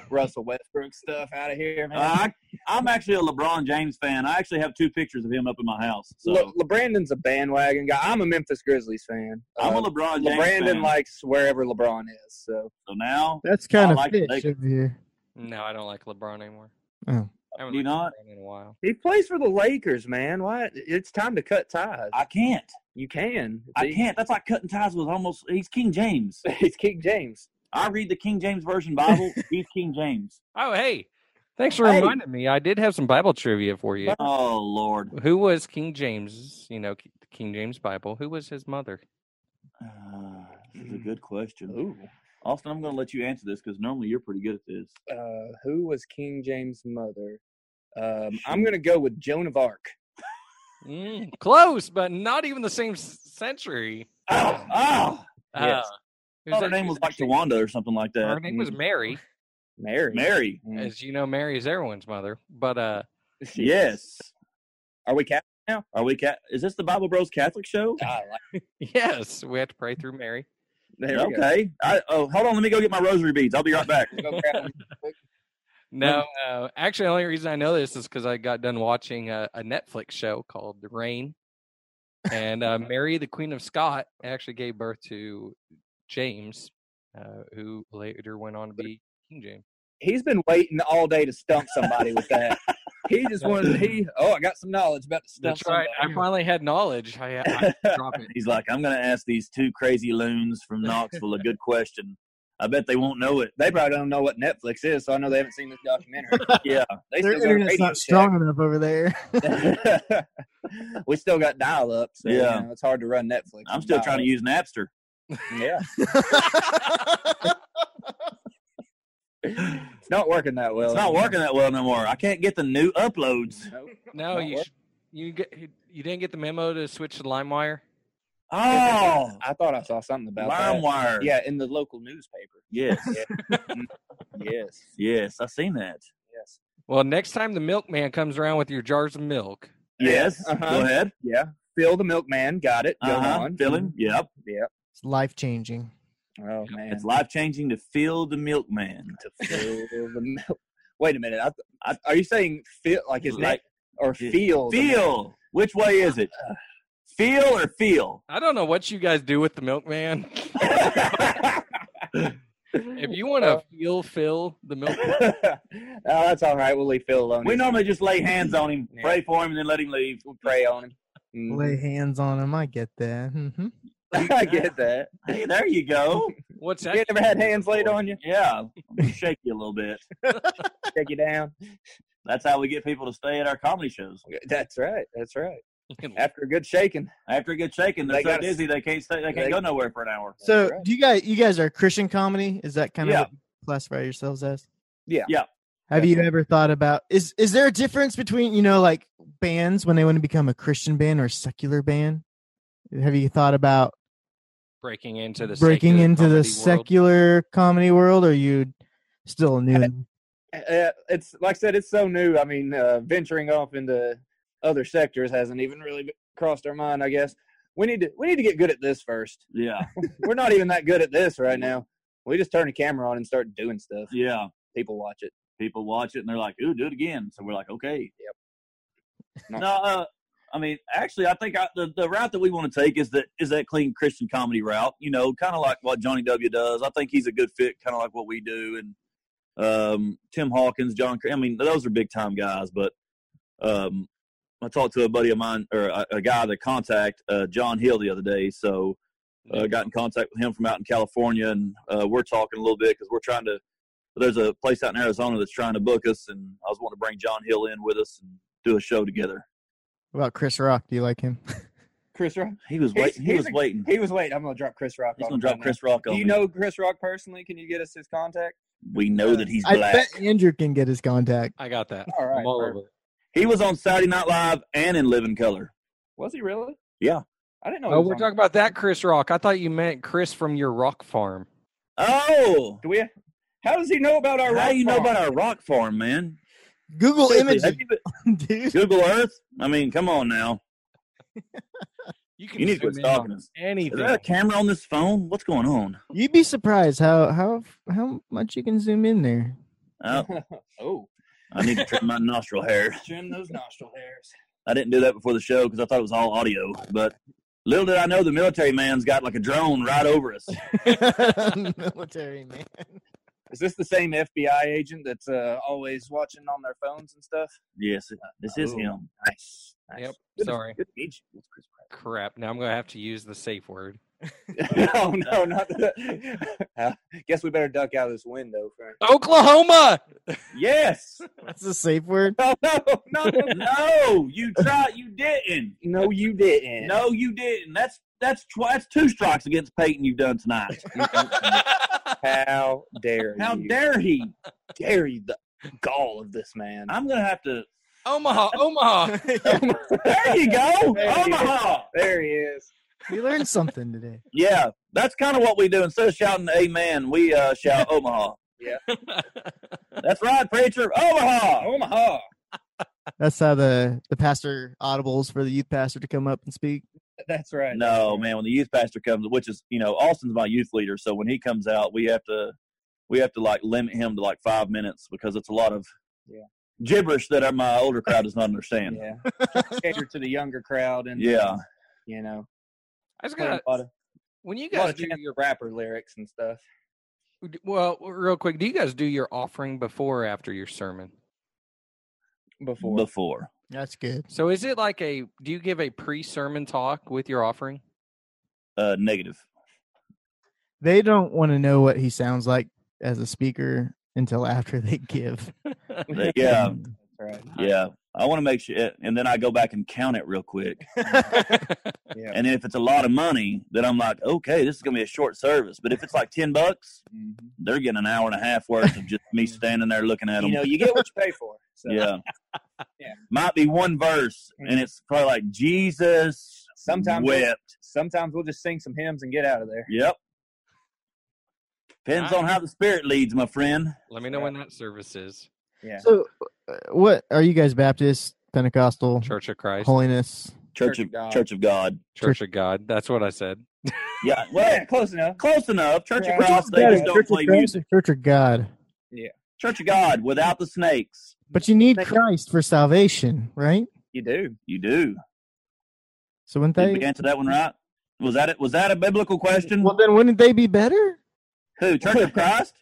Speaker 1: *laughs* Russell Westbrook stuff out of here, man.
Speaker 2: I, I'm actually a LeBron James fan. I actually have two pictures of him up in my house. So
Speaker 1: Le- LeBrandon's a bandwagon guy. I'm a Memphis Grizzlies fan.
Speaker 2: I'm a
Speaker 1: Uh,
Speaker 2: LeBron James
Speaker 1: LeBrandon
Speaker 2: fan.
Speaker 1: likes wherever LeBron is. So
Speaker 2: so now,
Speaker 3: That's kind
Speaker 2: I
Speaker 3: of
Speaker 2: like
Speaker 3: fish
Speaker 2: it. They-
Speaker 3: over here.
Speaker 4: no, I don't like LeBron anymore.
Speaker 3: Oh.
Speaker 4: I haven't
Speaker 2: Do you
Speaker 4: liked LeBron in a while.
Speaker 1: he plays for the Lakers, man. Why? It's time to cut ties.
Speaker 2: I can't.
Speaker 1: you can.
Speaker 2: I can't. That's like cutting ties with almost. He's King James.
Speaker 1: *laughs* It's King James.
Speaker 2: I read the King James version
Speaker 1: *laughs*
Speaker 2: Bible. he's King James.
Speaker 4: Oh, hey. Thanks for
Speaker 1: Hey.
Speaker 4: reminding me. I did have some Bible trivia for you.
Speaker 2: Oh Lord.
Speaker 4: Who was King James, you know, K- King James Bible? Who was his mother?
Speaker 2: Uh, this is a good question.
Speaker 1: Mm. Ooh.
Speaker 2: Austin, I'm going to let you answer this because normally you're pretty good at this.
Speaker 1: uh, who was King James' mother? Um, I'm gonna go with Joan of Arc.
Speaker 4: Mm, close, but not even the same s- century.
Speaker 2: Oh, oh.
Speaker 1: Yes.
Speaker 4: Uh,
Speaker 2: I
Speaker 4: it
Speaker 2: thought Oh, her name was like
Speaker 4: actually-
Speaker 2: Tawanda or something like that.
Speaker 4: Her name was Mary.
Speaker 1: Mary.
Speaker 2: Mary.
Speaker 1: Mm. *laughs*
Speaker 4: As you know, Mary is everyone's mother. But uh
Speaker 2: Yes.
Speaker 1: Are we Catholic?
Speaker 2: Are we? Ca- is this the Bible Bros Catholic show?
Speaker 1: Ah, like-
Speaker 4: yes, we have to pray through Mary.
Speaker 1: *laughs* there we go.
Speaker 2: okay. I, oh, hold on. Let me go get my rosary beads. I'll be right back.
Speaker 1: Go Catholic.
Speaker 4: No, uh, actually, the only reason I know this is because I got done watching a, a Netflix show called The Rain, and uh, Mary, the Queen of Scott, actually gave birth to James, uh, who later went on to be King James.
Speaker 1: He's been waiting all day to stump somebody with that. He just wanted. He oh, I got some knowledge about to stump.
Speaker 4: That's right. I
Speaker 1: somebody.
Speaker 4: finally had knowledge. I, I drop it.
Speaker 2: He's like, I'm going to ask these two crazy loons from Knoxville a
Speaker 1: *laughs*
Speaker 2: good question. I bet they won't know it.
Speaker 1: They probably don't know what Netflix is, so I know they haven't seen this documentary.
Speaker 2: Yeah.
Speaker 1: They
Speaker 3: Their
Speaker 1: still go
Speaker 3: internet's
Speaker 1: radio
Speaker 3: not strong enough over there.
Speaker 1: *laughs*
Speaker 3: *laughs*
Speaker 1: check. we still got dial up, so
Speaker 2: Yeah.
Speaker 1: you know, it's hard to run Netflix.
Speaker 2: I'm
Speaker 1: with
Speaker 2: still trying to
Speaker 1: dial-up.
Speaker 2: use Napster.
Speaker 1: Yeah, *laughs* it's not working that well.
Speaker 2: It's not working that well no more. I can't get the new uploads.
Speaker 1: Nope.
Speaker 4: No,
Speaker 1: Not
Speaker 4: you
Speaker 1: work-
Speaker 4: sh- you get you didn't get the memo to switch to LimeWire.
Speaker 2: Oh,
Speaker 1: I thought I saw something *laughs* about that.
Speaker 2: LimeWire.
Speaker 1: Yeah, in the local newspaper.
Speaker 2: Yes.
Speaker 1: Yes,
Speaker 2: Yes. I seen that.
Speaker 1: yes.
Speaker 4: Well, next time the milkman comes around with your jars of milk,
Speaker 2: Yes.
Speaker 1: Uh-huh.
Speaker 2: Go ahead.
Speaker 1: Yeah, Phil the milkman got it. Go
Speaker 2: Uh-huh.
Speaker 1: on, Mm-hmm.
Speaker 2: Fill him. Yep.
Speaker 1: Yep.
Speaker 3: it's life changing.
Speaker 1: Oh man,
Speaker 2: It's life changing to feel the milkman.
Speaker 1: to fill the milk. Wait a minute. I, I, are you saying feel like his
Speaker 2: Like-
Speaker 1: name or
Speaker 2: Yeah.
Speaker 1: feel? the milk? *laughs* Uh.
Speaker 2: Feel. Which way is it? Feel or feel?
Speaker 4: I don't know what you guys do with
Speaker 1: *laughs*
Speaker 4: the milkman. if you want to feel fill the milkman,
Speaker 1: oh, that's all right. We'll leave Phil alone.
Speaker 2: we normally just lay hands on him, pray for him, and then let him leave.
Speaker 1: we pray on him. Mhm.
Speaker 3: Lay hands on him. I get that. hmm
Speaker 1: *laughs* I get that.
Speaker 2: Hey, there you go.
Speaker 4: what's
Speaker 1: You
Speaker 4: that?
Speaker 1: ain't never
Speaker 2: *laughs*
Speaker 1: had hands laid on you.
Speaker 2: Yeah, shake you a little bit.
Speaker 1: Take you down.
Speaker 2: That's how we get people to stay at our comedy shows.
Speaker 1: That's right.
Speaker 2: *laughs*
Speaker 1: That's right.
Speaker 4: called?
Speaker 1: After a good shaking.
Speaker 2: After a good shaking, they're
Speaker 1: They
Speaker 2: so
Speaker 1: gotta-
Speaker 2: dizzy they can't stay. They can't
Speaker 1: they-
Speaker 2: go nowhere for an hour.
Speaker 3: So,
Speaker 1: right.
Speaker 3: do you guys? You guys are Christian comedy? Is that kind of
Speaker 2: Yeah.
Speaker 3: what you classify yourselves as?
Speaker 1: Yeah.
Speaker 2: Yeah.
Speaker 3: Have you ever thought about is is there a difference between you know like bands when they want to become a Christian band or a secular band? Have you thought about
Speaker 4: breaking into the
Speaker 3: breaking
Speaker 4: secular
Speaker 3: into
Speaker 4: comedy
Speaker 3: the
Speaker 4: world.
Speaker 3: secular comedy world? Or are you still new?
Speaker 1: I- Uh, it's like I said, it's so new. I mean, uh, venturing off into other sectors hasn't even really b- crossed our mind. I guess we need to we need to get good at this first.
Speaker 2: Yeah,
Speaker 1: We're not even that good at this
Speaker 2: *laughs*
Speaker 1: right now. We just turn the camera on and start doing stuff.
Speaker 2: yeah.
Speaker 1: People watch it.
Speaker 2: People watch it and they're like, "Ooh, do it again." So we're like, "Okay."
Speaker 1: No.
Speaker 2: No, uh, I mean, actually, I think I, the the route that we want to take is that is that clean Christian comedy route. You know, kind of like what Johnny W does. I think he's a good fit, kind of like what we do. And um, Tim Hawkins, John. Cr- I mean, those are big time guys. But um, I talked to a buddy of mine or a, a guy that contact uh, John Hill the other day. So uh, got in contact with him from out in California, and uh, we're talking a little bit because we're trying to. There's a place out in Arizona that's trying to book us, and I was wanting to bring John Hill in with us and do a show together.
Speaker 3: What about Chris Rock? Do you like him? *laughs*
Speaker 1: Chris Rock.
Speaker 2: He was
Speaker 1: He's-
Speaker 2: waiting. He
Speaker 1: he's
Speaker 2: was
Speaker 1: a-
Speaker 2: waiting.
Speaker 1: He was waiting. I'm gonna drop Chris Rock.
Speaker 2: He's
Speaker 1: on
Speaker 2: gonna
Speaker 1: him
Speaker 2: drop
Speaker 1: right
Speaker 2: Chris Rock
Speaker 1: now.
Speaker 2: on.
Speaker 1: Do you
Speaker 2: me.
Speaker 1: know Chris Rock personally? Can you get us his contact?
Speaker 2: We know that he's
Speaker 3: I
Speaker 2: black.
Speaker 3: bet Andrew can get his contact.
Speaker 4: I got that.
Speaker 1: All right,
Speaker 4: I'm all
Speaker 1: perfect.
Speaker 4: over it.
Speaker 2: He was on Saturday Night Live and in Living Color.
Speaker 1: Was he really?
Speaker 2: Yeah.
Speaker 1: I didn't know. he
Speaker 4: Oh,
Speaker 1: was
Speaker 4: we're
Speaker 1: on-
Speaker 4: talking about that Chris Rock. I thought you meant Chris from your rock farm.
Speaker 2: Oh,
Speaker 1: Do we? How does he know about our?
Speaker 2: how
Speaker 1: rock
Speaker 2: do you know
Speaker 1: farm?
Speaker 2: about our rock farm, man?
Speaker 3: Google
Speaker 2: Seriously,
Speaker 3: image,
Speaker 2: have you been-
Speaker 3: *laughs* dude.
Speaker 2: Google Earth. I mean, come on now.
Speaker 4: can
Speaker 2: You need to quit
Speaker 4: zoom in on
Speaker 2: stalking us. Is
Speaker 4: Anything.
Speaker 2: there a camera on this phone? What's going on?
Speaker 3: You'd be surprised how how how much you can zoom in there.
Speaker 2: Uh,
Speaker 1: *laughs* oh,
Speaker 2: I need to trim my nostril hair.
Speaker 1: trim those nostril hairs.
Speaker 2: I didn't do that before the show because I thought it was all audio. But little did I know, the military man's got like a drone right over
Speaker 1: *laughs*
Speaker 2: us.
Speaker 4: *laughs*
Speaker 3: Military man.
Speaker 1: Is this the same FBI agent that's uh, always watching on their phones and stuff?
Speaker 2: Yes, this is
Speaker 1: Oh,
Speaker 2: him.
Speaker 1: Nice. nice.
Speaker 4: Yep.
Speaker 1: Good to-
Speaker 4: Sorry.
Speaker 1: Good to meet you. *laughs* It's Chris
Speaker 4: Crap. Now I'm gonna have to use the safe word.
Speaker 1: Pratt. no, Oh, no, not that. *laughs* Uh, guess we better duck out of this window. Frank.
Speaker 4: Oklahoma.
Speaker 2: Yes.
Speaker 3: *laughs* That's a safe word.
Speaker 1: No, no, *laughs* no,
Speaker 2: No, you tried. You didn't.
Speaker 1: no, you didn't.
Speaker 2: No, you didn't. That's that's twi- that's two strikes against Peyton you've done tonight.
Speaker 1: *laughs* How dare
Speaker 2: How
Speaker 1: you?
Speaker 2: dare he?
Speaker 1: dare you? The gall of this man.
Speaker 2: I'm gonna have to.
Speaker 4: *laughs* Omaha.
Speaker 3: *laughs*
Speaker 4: Omaha. *laughs*
Speaker 2: There you
Speaker 1: *laughs*
Speaker 2: go,
Speaker 1: There he is.
Speaker 2: Omaha.
Speaker 1: there he is.
Speaker 3: We learned something today.
Speaker 2: Yeah, that's kind of what we do. Instead of shouting "Amen," we uh, shout "Omaha."
Speaker 1: Yeah.
Speaker 2: that's right, preacher. Omaha.
Speaker 1: Omaha.
Speaker 3: That's how the the pastor audibles for the youth pastor to come up and speak.
Speaker 1: That's right.
Speaker 2: No, man. When the youth pastor comes, which is you know, Austin's my youth leader, so when he comes out, we have to we have to like limit him to like five minutes because it's a lot of
Speaker 1: Yeah.
Speaker 2: gibberish that our- my older crowd does not understand.
Speaker 1: Yeah.
Speaker 2: *laughs*
Speaker 1: Cater to the younger crowd and uh,
Speaker 2: Yeah.
Speaker 1: you know,
Speaker 4: I was
Speaker 1: put a
Speaker 4: gonna.
Speaker 1: lot of,
Speaker 4: When you
Speaker 1: a lot
Speaker 4: guys
Speaker 1: of
Speaker 4: do
Speaker 1: chance
Speaker 4: your
Speaker 1: rapper lyrics and stuff.
Speaker 4: well, real quick, do you guys do your offering before or after your sermon?
Speaker 1: Before,
Speaker 2: Before.
Speaker 3: That's good.
Speaker 4: So is it like a? Do you give a pre-sermon talk with your offering?
Speaker 2: Uh, negative.
Speaker 3: They don't want to know what he sounds like as a speaker until after they give.
Speaker 2: But
Speaker 3: *laughs*
Speaker 2: yeah,
Speaker 1: *laughs* That's right.
Speaker 2: yeah. I want to make sure, and then I go back and count it real quick.
Speaker 1: Yeah. *laughs*
Speaker 2: And then if it's a lot of money, then I'm like, okay, this is gonna be a short service. But if it's like ten bucks,
Speaker 1: Mhm.
Speaker 2: they're getting an hour and a half worth of just
Speaker 1: *laughs*
Speaker 2: me standing there looking at them.
Speaker 1: You know, you get what you pay for. So
Speaker 2: yeah.
Speaker 1: *laughs* Yeah.
Speaker 2: Might be one verse, and it's probably like Jesus
Speaker 1: Sometimes we'll-
Speaker 2: wept.
Speaker 1: sometimes we'll just sing some hymns and get out of there.
Speaker 2: Yep. Depends on how the Spirit leads, my friend.
Speaker 4: Let me know when that service is.
Speaker 1: Yeah.
Speaker 3: So, uh, what are you guys? Baptist, Pentecostal,
Speaker 4: Church of Christ.
Speaker 3: holiness?
Speaker 2: Church,
Speaker 1: Church
Speaker 2: of
Speaker 1: of God.
Speaker 2: Church of God.
Speaker 4: Church of God. That's what I said.
Speaker 2: Yeah. Well,
Speaker 1: yeah, close enough.
Speaker 2: close enough. Church
Speaker 1: Yeah.
Speaker 2: of Christ. They
Speaker 1: Yeah,
Speaker 2: just don't
Speaker 3: Church of
Speaker 2: play
Speaker 3: Christ
Speaker 2: music.
Speaker 3: or Church of God.
Speaker 2: Church of God without the snakes.
Speaker 3: But you need
Speaker 1: Thank-
Speaker 3: Christ for salvation, right?
Speaker 1: You do.
Speaker 2: You do.
Speaker 3: So wouldn't
Speaker 2: Did we
Speaker 3: they?
Speaker 2: answer that one right? Was that it? Was that a biblical question?
Speaker 3: Well, then wouldn't they be better?
Speaker 2: Who? Church of
Speaker 3: *laughs*
Speaker 2: Christ?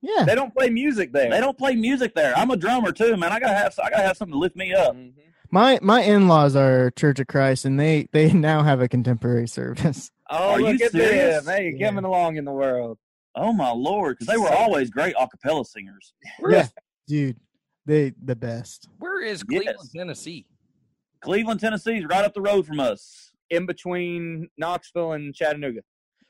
Speaker 3: Yeah.
Speaker 1: They don't play music there.
Speaker 2: They don't play music there. I'm a drummer too, man. I gotta have I gotta have something to lift me up.
Speaker 1: Mhm.
Speaker 3: My my in laws are Church of Christ, and they they now have a contemporary service.
Speaker 1: Oh,
Speaker 2: Are you
Speaker 1: look at
Speaker 2: serious?
Speaker 1: them. Hey,
Speaker 3: Yeah.
Speaker 1: coming along in the world.
Speaker 2: Oh my lord, because they were always great a cappella singers.
Speaker 4: Where
Speaker 3: Yeah.
Speaker 4: is-
Speaker 3: Dude, they the best.
Speaker 4: where is
Speaker 2: Yes.
Speaker 4: Cleveland, Tennessee?
Speaker 2: Cleveland, Tennessee's right up the road from us.
Speaker 1: In between Knoxville and Chattanooga.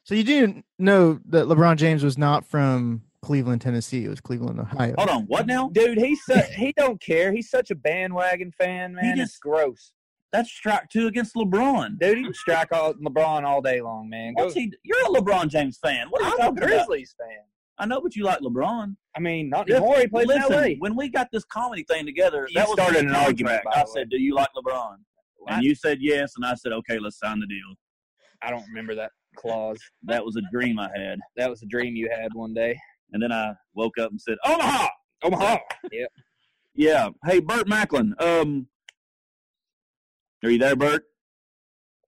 Speaker 3: So you do know that LeBron James was not from Cleveland, Tennessee. It was Cleveland, Ohio.
Speaker 2: Hold on, what now?
Speaker 1: Dude, he's su- he don't care. He's such a bandwagon fan, man.
Speaker 2: just-
Speaker 1: it's gross.
Speaker 2: That's strike two against LeBron.
Speaker 1: Dude, he can strike all LeBron all day long, man. Go,
Speaker 2: What's he? You're a LeBron James fan. What are you
Speaker 1: I'm a
Speaker 2: talking about?
Speaker 1: Grizzlies fan.
Speaker 2: I know, but you like LeBron.
Speaker 1: I mean, not
Speaker 2: Listen-
Speaker 1: anymore. He plays
Speaker 2: Listen,
Speaker 1: in LA.
Speaker 2: when we got this comedy thing together,
Speaker 1: You
Speaker 2: that was
Speaker 1: started an
Speaker 2: contract.
Speaker 1: argument, by
Speaker 2: I
Speaker 1: the way.
Speaker 2: said, "Do you like LeBron?" And you said yes, and I said, "Okay, let's sign the deal."
Speaker 1: I don't remember that clause.
Speaker 2: That was a dream I had.
Speaker 1: That was a dream you had one day.
Speaker 2: And then I woke up and said, Omaha!
Speaker 1: Omaha.
Speaker 2: Yeah. Hey, Burt Macklin. Um, are you there, Bert?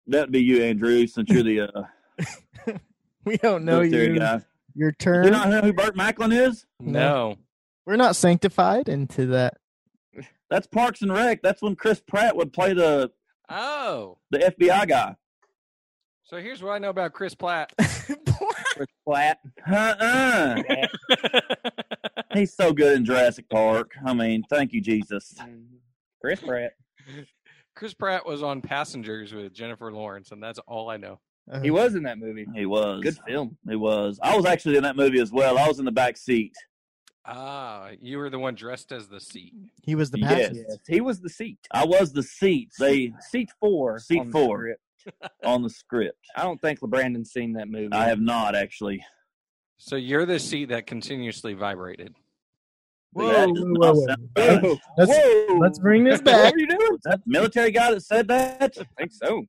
Speaker 2: That'd be you, Andrew, since you're the uh,
Speaker 3: *laughs* We don't know
Speaker 2: military
Speaker 3: you.
Speaker 2: guy.
Speaker 3: Your
Speaker 2: Do
Speaker 3: term.
Speaker 2: you not know who Burt Macklin is?
Speaker 3: No.
Speaker 4: No.
Speaker 3: We're not sanctified into that. *laughs*
Speaker 2: That's Parks and Rec. That's when Chris Pratt would play the
Speaker 4: Oh.
Speaker 2: the FBI guy.
Speaker 4: So here's what I know about Chris Platt.
Speaker 1: Chris Platt. *laughs*
Speaker 2: Uh-uh. He's so good in Jurassic Park. I mean, thank you, Jesus.
Speaker 1: Chris Pratt.
Speaker 4: Chris Pratt was on Passengers with Jennifer Lawrence, and that's all I know.
Speaker 3: Uh,
Speaker 1: He was in that movie.
Speaker 2: He was. uh,
Speaker 1: Good film.
Speaker 2: He was. I was actually in that movie as well. I was in the back seat.
Speaker 4: Ah, you were the one dressed as the seat.
Speaker 3: he was the
Speaker 2: Yes.
Speaker 3: passenger.
Speaker 1: Yes, he was the seat.
Speaker 2: I was the seat. They
Speaker 1: Seat four.
Speaker 2: Seat
Speaker 1: on the
Speaker 2: four.
Speaker 1: script.
Speaker 2: on the script.
Speaker 1: I don't think LeBrandon's seen that movie.
Speaker 2: I have not actually.
Speaker 4: So you're the seat that continuously vibrated.
Speaker 3: Whoa,
Speaker 2: That
Speaker 3: whoa,
Speaker 2: does
Speaker 3: whoa,
Speaker 2: not
Speaker 3: whoa.
Speaker 2: sound right.
Speaker 1: Whoa,
Speaker 3: Let's-
Speaker 1: whoa.
Speaker 3: Let's bring this
Speaker 1: What
Speaker 3: back.
Speaker 1: were you doing?
Speaker 2: Was that the military guy that said that?
Speaker 1: I think so.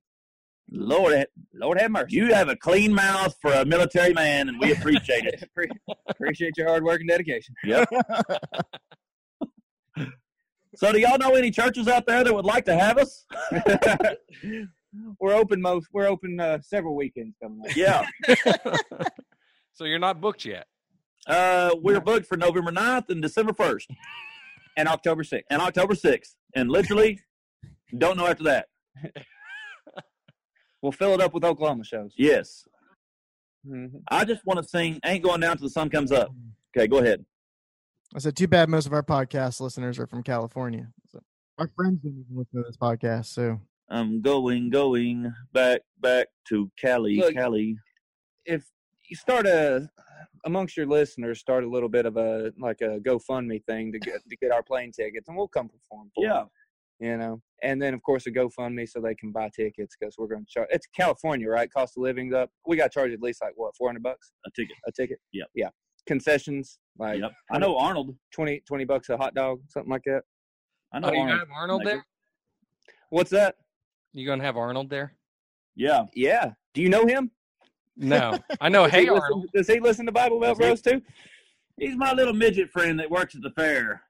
Speaker 2: Lord, ha- Lord have mercy. You have a clean mouth for a military man, and we appreciate it.
Speaker 1: Appre- Appreciate your hard work and dedication. *laughs*
Speaker 2: *laughs* So, do y'all know any churches out there that would like to have us?
Speaker 1: We're open most. We're open uh, several weekends coming up.
Speaker 2: Yeah.
Speaker 4: so you're not booked yet.
Speaker 2: Uh, we're booked for November 9th and December 1st
Speaker 1: And October 6th.
Speaker 2: and October 6th. And literally, don't know after that.
Speaker 1: We'll fill it up with Oklahoma shows.
Speaker 2: Yes.
Speaker 1: Mhm.
Speaker 2: I just want to sing Ain't Going Down Till the Sun Comes Up. Okay, go ahead.
Speaker 3: I said, too bad most of our podcast listeners are from California. So our friends don't even listen to this podcast. So
Speaker 2: I'm going, going back, back to Cali,
Speaker 1: Look.
Speaker 2: Cali.
Speaker 1: If you start a amongst your listeners, start a little bit of a like a GoFundMe thing to get to get our plane tickets, and we'll come perform. For
Speaker 2: Yeah.
Speaker 1: you. you know. And then of course a GoFundMe so they can buy tickets because we're going to charge. It's California, right? Cost of living's up. We got charged at least like what four hundred bucks
Speaker 2: A ticket.
Speaker 1: a ticket.
Speaker 2: Yep.
Speaker 1: Yeah. Concessions like
Speaker 2: Yep. I know Arnold.
Speaker 1: twenty twenty 20 bucks a hot dog, something like that.
Speaker 2: I know
Speaker 4: Oh, you
Speaker 2: Arnold.
Speaker 4: gonna have Arnold
Speaker 2: Like,
Speaker 4: there?
Speaker 1: What's that?
Speaker 4: You gonna have Arnold
Speaker 2: *laughs*
Speaker 4: there?
Speaker 2: Yeah.
Speaker 1: Yeah. Do you know him?
Speaker 4: No, I know.
Speaker 1: Does he
Speaker 4: Oh, Hey
Speaker 1: listen-
Speaker 4: Arnold.
Speaker 1: Does he listen to Bible Belt
Speaker 2: Does he?
Speaker 1: Bros too?
Speaker 2: He's my little midget friend that works at the *laughs* fair.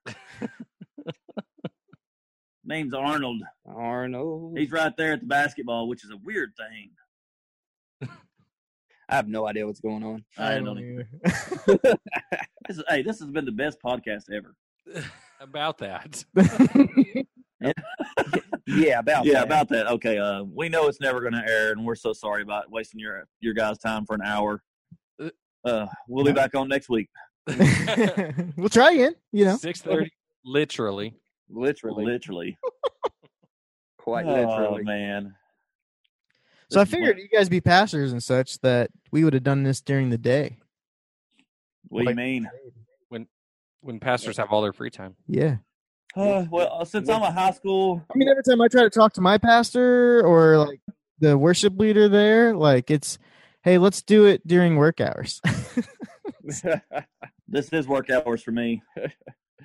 Speaker 2: Name's Arnold.
Speaker 1: Arnold.
Speaker 2: He's right there at the basketball, which is a weird thing.
Speaker 1: I have no idea what's going on.
Speaker 2: I don't know.
Speaker 3: either.
Speaker 2: This is, hey, this has been the best podcast ever.
Speaker 4: About that.
Speaker 1: Yeah, about
Speaker 2: yeah,
Speaker 1: that.
Speaker 2: about that. Okay, uh, we know it's never going to air, and we're so sorry about wasting your your guys' time for an hour. Uh, we'll be back on next week.
Speaker 3: *laughs* we'll try again. You know,
Speaker 4: Six thirty. Literally.
Speaker 1: literally,
Speaker 2: Literally,
Speaker 1: quite
Speaker 2: Oh
Speaker 1: literally.
Speaker 2: man.
Speaker 3: so I
Speaker 2: This is
Speaker 3: figured you guys be pastors and such that we would have done this during the day.
Speaker 2: What, what do you mean?
Speaker 4: When pastors have all their free time.
Speaker 3: Yeah.
Speaker 2: Uh, well, uh, since I'm a high school,
Speaker 3: I mean, every time I try to talk to my pastor or like the worship leader there, like it's, hey, let's do it during work hours. *laughs*
Speaker 2: this is work hours for me.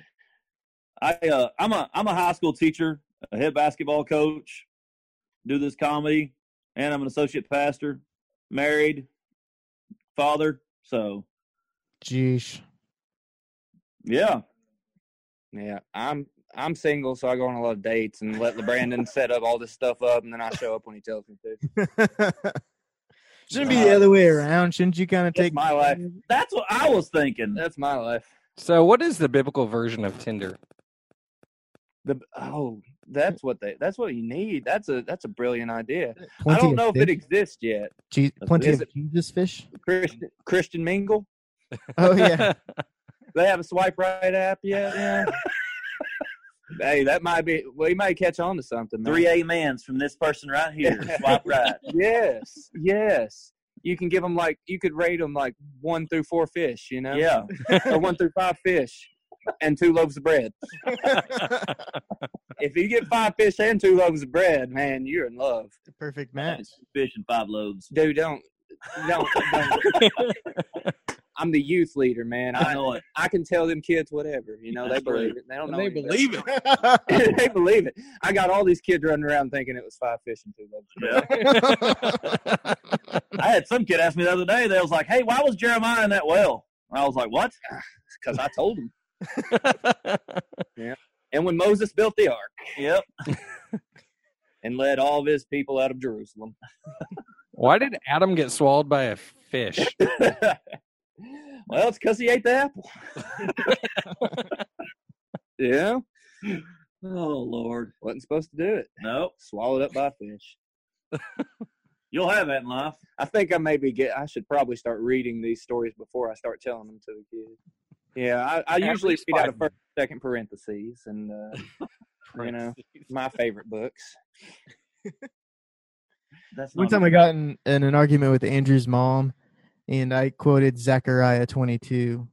Speaker 2: *laughs* I uh, I'm a I'm a high school teacher, a head basketball coach, do this comedy, and I'm an associate pastor, married, father. So
Speaker 1: *laughs*
Speaker 3: Jeez.
Speaker 2: yeah,
Speaker 1: *laughs* yeah, I'm I'm single, so I go on a lot of dates and let LeBrandon set up all this stuff up, and then I show up when he tells me to.
Speaker 3: Shouldn't be the other way around. Shouldn't you kind of
Speaker 1: That's
Speaker 3: take
Speaker 1: my life.
Speaker 2: that's what I was thinking.
Speaker 1: That's my life.
Speaker 4: So what is the biblical version
Speaker 2: *laughs*
Speaker 4: of Tinder?
Speaker 1: The oh, that's what they. That's what you need. That's a that's a brilliant idea.
Speaker 3: Plenty
Speaker 1: I don't
Speaker 3: of
Speaker 1: know if
Speaker 3: fish,
Speaker 1: it exists yet.
Speaker 3: Je- plenty
Speaker 1: is
Speaker 3: of Jesus fish.
Speaker 1: Christian Christian Mingle.
Speaker 3: Oh
Speaker 1: *laughs*
Speaker 3: yeah,
Speaker 1: They have a swipe right app
Speaker 2: *laughs*
Speaker 1: yet? Yeah. hey, that might be. We might catch on to something. Man.
Speaker 2: Three amens from this person right here. Swipe right.
Speaker 1: Yes, yes. You can give them like you could rate them like one through four fish, you know,
Speaker 2: Yeah,
Speaker 1: or one through five fish, and two loaves of bread. If you get five fish and two loaves of bread, man, you're in love.
Speaker 3: perfect match.
Speaker 2: fish and five loaves.
Speaker 1: Dude, don't, don't, don't. *laughs* I'm the youth leader, man.
Speaker 2: I
Speaker 1: I
Speaker 2: know it.
Speaker 1: I can tell them kids whatever, you know. They
Speaker 2: That's true.
Speaker 1: believe it. They don't know. anything. *laughs*
Speaker 3: it. *laughs*
Speaker 1: they believe it. I got all these kids running around thinking it was five fish and two loaves. Of bread.
Speaker 2: Yeah. I had some kid ask me the other day. They was like, "Hey, why was Jeremiah in that well?" And I was like, "What?"
Speaker 1: because I told him. And when Moses built the ark
Speaker 2: Yep.
Speaker 1: and led all of his people out of Jerusalem,
Speaker 4: *laughs* Why did Adam get swallowed by a fish?
Speaker 2: *laughs*
Speaker 1: well, it's because he ate the apple. yeah,
Speaker 2: Oh Lord.
Speaker 1: wasn't supposed to do it.
Speaker 2: Nope.
Speaker 1: Swallowed up by a fish.
Speaker 2: You'll have that in life.
Speaker 1: I think I maybe get. I should probably start reading these stories before I start telling them to the kids. Yeah, I, I
Speaker 4: Every
Speaker 1: usually read out a
Speaker 4: spot.
Speaker 2: *laughs*
Speaker 1: first, second parentheses, and uh, you know my favorite books. *laughs*
Speaker 2: That's
Speaker 3: One
Speaker 2: not
Speaker 3: time
Speaker 2: a-
Speaker 3: I got in, in an argument with Andrew's mom, and I quoted Zechariah 22.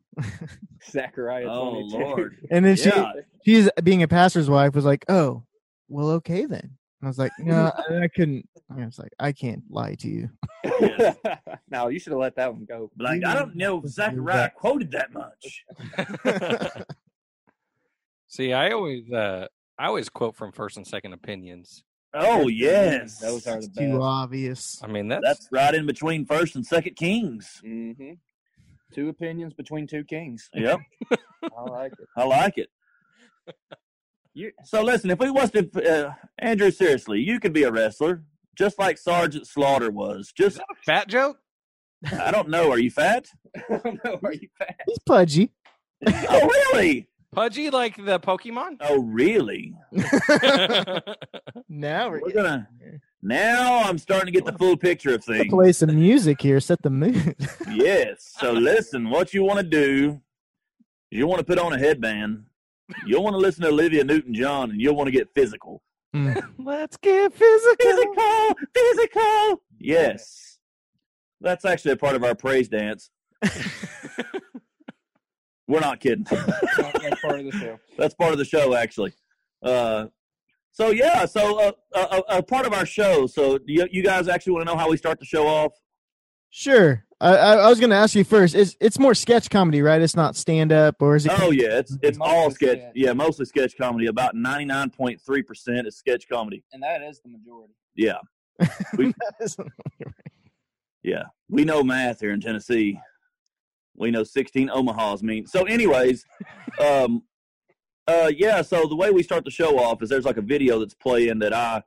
Speaker 1: Zachariah.
Speaker 2: Oh
Speaker 1: 22.
Speaker 2: Lord.
Speaker 1: *laughs*
Speaker 3: And then she,
Speaker 2: yeah.
Speaker 3: she's being a pastor's wife, was like, "Oh, well, okay then." And I was like, "No, I, I couldn't." I was like, "I can't lie to you."
Speaker 2: Yes.
Speaker 1: *laughs* no, you should have let that one go.
Speaker 2: But like, I don't know if Zachariah quoted that
Speaker 3: *laughs*
Speaker 2: much.
Speaker 4: *laughs* See, I always uh I always quote from first and second opinions.
Speaker 2: Oh yes,
Speaker 1: Those are the
Speaker 3: It's too
Speaker 1: best.
Speaker 3: obvious.
Speaker 4: I mean that's,
Speaker 2: that's right in between First and Second Kings.
Speaker 1: hmm Two opinions between two kings.
Speaker 2: Yep,
Speaker 1: I like it.
Speaker 2: *laughs* I like
Speaker 3: *laughs*
Speaker 2: it. You, so listen, if we was to, uh, Andrew, seriously, you could be a wrestler, just like Sergeant Slaughter was.
Speaker 3: *laughs*
Speaker 2: Just
Speaker 4: fat joke?
Speaker 2: I don't know. Are you fat?
Speaker 1: I don't know. Are you fat?
Speaker 3: He's pudgy.
Speaker 2: oh really?
Speaker 4: Pudgy like
Speaker 2: *laughs*
Speaker 4: the Pokemon? *laughs*
Speaker 2: Oh really?
Speaker 3: now we're,
Speaker 2: We're
Speaker 3: gonna
Speaker 2: gonna. Now I'm starting to get the full picture of things.
Speaker 3: play some music here. Set the mood. *laughs*
Speaker 2: Yes. So listen, what you want to do is you want to put on a headband. You'll want to listen to Olivia Newton-John, and you'll want to get physical.
Speaker 3: Mm.
Speaker 4: *laughs* Let's get physical.
Speaker 2: Physical, physical. Yes. That's actually a part of our praise dance. We're not kidding. *laughs*
Speaker 1: Not like part of the show.
Speaker 2: That's part of the show, actually. Uh, so yeah, so uh, uh, uh, part of our show. So do you, you guys actually want to know how we start the show off?
Speaker 3: Sure. I, I, I was going to ask you first. It's it's more sketch comedy, right? It's not stand up, or is it?
Speaker 2: Oh yeah,
Speaker 1: *laughs*
Speaker 2: it's it's all
Speaker 1: Mostly
Speaker 2: sketch.
Speaker 1: sketch.
Speaker 2: Yeah, mostly sketch comedy. About ninety nine point three percent is sketch comedy.
Speaker 1: And that is the majority.
Speaker 2: Yeah, yeah. We know math here in Tennessee. We know 16 Omahas mean. So,
Speaker 1: *laughs*
Speaker 2: anyways, um, uh, yeah. So the way we start the show off is there's like a video that's playing that I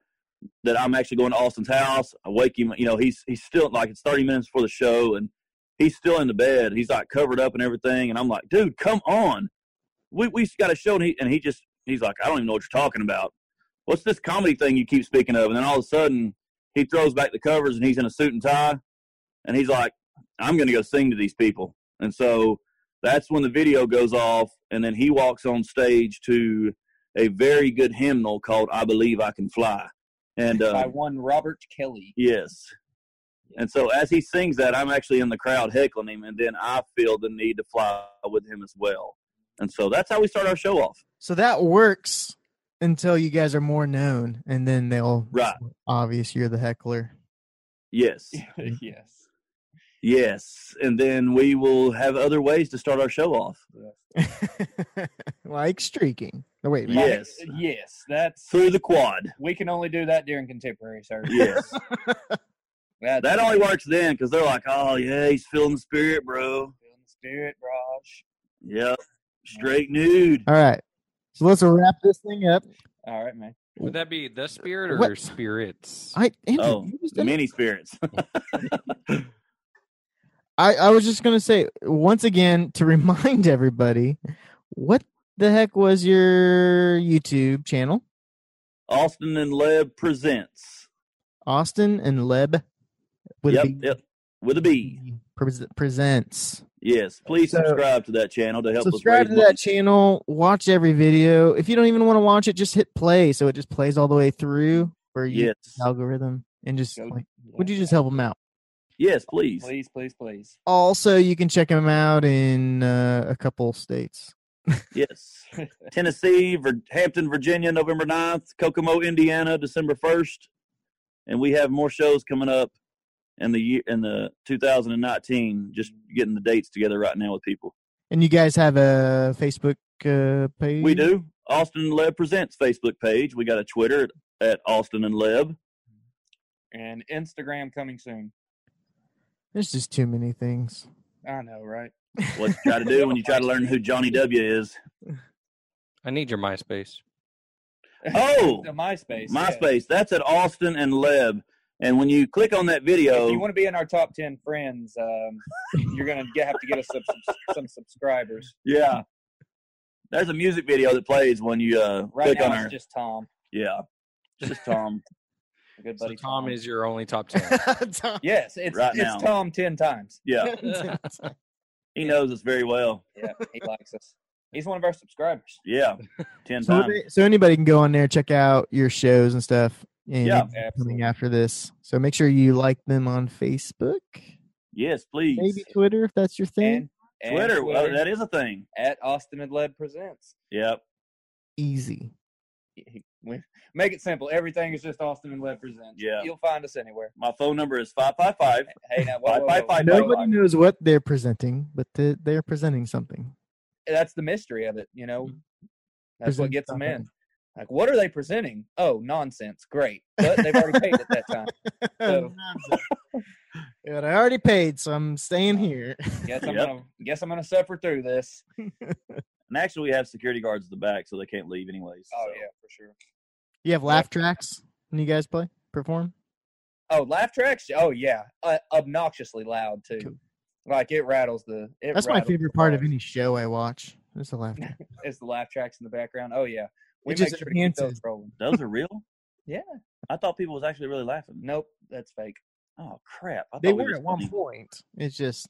Speaker 2: that I'm actually going to Austin's house. I wake him. You know, he's he's still like it's 30 minutes before the show, and he's still in the bed. He's like covered up and everything, and I'm like, dude, come on. We we got a show, and he and he just he's like, I don't even know what you're talking about. What's this comedy thing you keep speaking of? And then all of a sudden, he throws back the covers, and he's in a suit and tie and he's like, "I'm going to go sing to these people." And so that's when the video goes off, and then he walks on stage to a very good hymnal called "I Believe I Can Fly," and uh,
Speaker 1: By one Robert Kelly.
Speaker 2: yes. And so as he sings that, I'm actually in the crowd heckling him, and then I feel the need to fly with him as well. And so that's how we start our show off.
Speaker 3: *laughs* So that works until you guys are more known, and then they'll
Speaker 2: Right.
Speaker 3: obvious you're the heckler. *laughs*
Speaker 2: Yes.
Speaker 1: *laughs* yes.
Speaker 2: Yes. And then we will have other ways to start our show off.
Speaker 3: like streaking. Oh, wait,
Speaker 2: Yeah.
Speaker 3: yeah.
Speaker 2: Yes.
Speaker 1: Yes. That's
Speaker 2: Through the quad.
Speaker 1: we can only do that during contemporary service.
Speaker 2: Yes.
Speaker 1: That's
Speaker 2: That only works then because they're like, oh, yeah, he's feeling the spirit, bro.
Speaker 1: in the spirit, Raj.
Speaker 2: Yep. Straight nude.
Speaker 3: all right. So let's wrap this thing up.
Speaker 1: All right, man.
Speaker 4: Would that be the spirit or
Speaker 3: What?
Speaker 4: spirits?
Speaker 3: I Andrew,
Speaker 2: Oh,
Speaker 3: you just
Speaker 2: the
Speaker 3: didn't-
Speaker 2: mini spirits. *laughs*
Speaker 3: I, I was just gonna say once again to *laughs* remind everybody, what the heck was your YouTube channel?
Speaker 2: Austin and Leb presents.
Speaker 3: Austin and Leb with a
Speaker 2: yep,
Speaker 3: B.
Speaker 2: yep. With a B.
Speaker 3: Pres- presents.
Speaker 2: Yes. Please
Speaker 3: So-
Speaker 2: subscribe to that channel to help
Speaker 3: Subscribe
Speaker 2: us
Speaker 3: to
Speaker 2: raise money.
Speaker 3: that channel. Watch every video. If you don't even want to watch it, just hit play, so it just plays all the way through for your
Speaker 2: Yes.
Speaker 3: algorithm, and just
Speaker 1: Go-
Speaker 3: like, would you just help them out?
Speaker 2: Yes, please.
Speaker 1: Please, please, please.
Speaker 3: Also, you can check them out in uh, a couple states. *laughs*
Speaker 2: Yes. Tennessee, Vir- Hampton, Virginia, November 9th, Kokomo, Indiana, December 1st. And we have more shows coming up in the year in the 2019 just getting the dates together right now with people.
Speaker 3: And you guys have a Facebook uh, page.
Speaker 2: We do. Austin and Leb presents Facebook page. We got a Twitter at Austin and Leb.
Speaker 1: And Instagram coming soon.
Speaker 3: There's just too many things.
Speaker 1: I know, right?
Speaker 2: What you
Speaker 3: *laughs*
Speaker 2: try to do when you try to learn who Johnny W is.
Speaker 4: I need your MySpace.
Speaker 2: Oh!
Speaker 1: *laughs* The MySpace. yeah.
Speaker 2: MySpace. That's at Austin and Leb. And when you click on that video,
Speaker 1: If you want to be in our top ten friends, um, you're gonna get, have to get us some, some, some subscribers.
Speaker 2: yeah, there's a music video that plays when you uh,
Speaker 1: Right
Speaker 2: click
Speaker 1: now,
Speaker 2: on
Speaker 1: it's
Speaker 2: our
Speaker 1: just Tom, *laughs*
Speaker 2: yeah, just Tom.
Speaker 1: our good
Speaker 4: So
Speaker 1: buddy.
Speaker 4: Tom, is your only
Speaker 3: *laughs*
Speaker 4: top ten.
Speaker 2: *laughs*
Speaker 3: Tom-
Speaker 1: Yes, it's
Speaker 2: Right
Speaker 1: it's
Speaker 2: now.
Speaker 1: Tom ten
Speaker 4: *laughs*
Speaker 1: times.
Speaker 2: Yeah, he knows us very well.
Speaker 1: Yeah, he likes us. He's one of our subscribers.
Speaker 2: Yeah, ten
Speaker 3: so,
Speaker 2: times.
Speaker 3: so anybody can go on there, check out your shows and stuff. and
Speaker 2: Yeah,
Speaker 3: coming after this. So make sure you like them on Facebook,
Speaker 2: Yes, please.
Speaker 3: maybe Twitter if that's your thing.
Speaker 1: And, and
Speaker 2: Twitter, well, that is a thing.
Speaker 1: at Austin and Led presents.
Speaker 2: Yep.
Speaker 3: Easy.
Speaker 1: We- Make it simple. Everything is just Austin and Led presents.
Speaker 2: Yeah.
Speaker 1: you'll find us anywhere.
Speaker 2: My phone number is 555.
Speaker 1: Hey, now whoa, whoa,
Speaker 2: Bye,
Speaker 1: whoa.
Speaker 2: bye, bye.
Speaker 3: Nobody knows what they're presenting, but they- they're presenting something.
Speaker 1: That's the mystery of it. You know, that's what
Speaker 3: Mm-hmm. Present
Speaker 1: gets them
Speaker 3: something.
Speaker 1: in. Like, what are they presenting? Oh, nonsense. Great, but they've already paid at that
Speaker 3: *laughs*
Speaker 1: time. So-
Speaker 3: but I already paid, so I'm staying here.
Speaker 1: Guess I'm
Speaker 2: Yep.
Speaker 1: gonna guess I'm gonna suffer through this.
Speaker 2: And actually, we have security guards at the back, so they can't leave anyways.
Speaker 1: Oh
Speaker 2: so.
Speaker 1: yeah, for sure.
Speaker 3: You have laugh tracks when you guys play perform.
Speaker 1: Oh, laugh tracks. Oh yeah, uh, obnoxiously loud too.
Speaker 3: Cool.
Speaker 1: Like it rattles the. It
Speaker 3: That's my
Speaker 1: rattles the
Speaker 3: favorite part of
Speaker 1: bars.
Speaker 3: any show I watch. It's the
Speaker 2: *laughs*
Speaker 3: laugh track.
Speaker 1: Is the laugh tracks in the background? Oh yeah, we
Speaker 3: It
Speaker 1: make
Speaker 3: just
Speaker 1: sure to keep those
Speaker 3: enhances-
Speaker 1: rolling.
Speaker 2: Those are
Speaker 3: *laughs*
Speaker 2: real?
Speaker 1: Yeah.
Speaker 2: I thought people was actually really laughing.
Speaker 1: Nope, that's fake.
Speaker 2: Oh, crap. I
Speaker 3: They
Speaker 2: thought we
Speaker 3: were
Speaker 2: just
Speaker 3: at one
Speaker 2: funny.
Speaker 3: point. It's just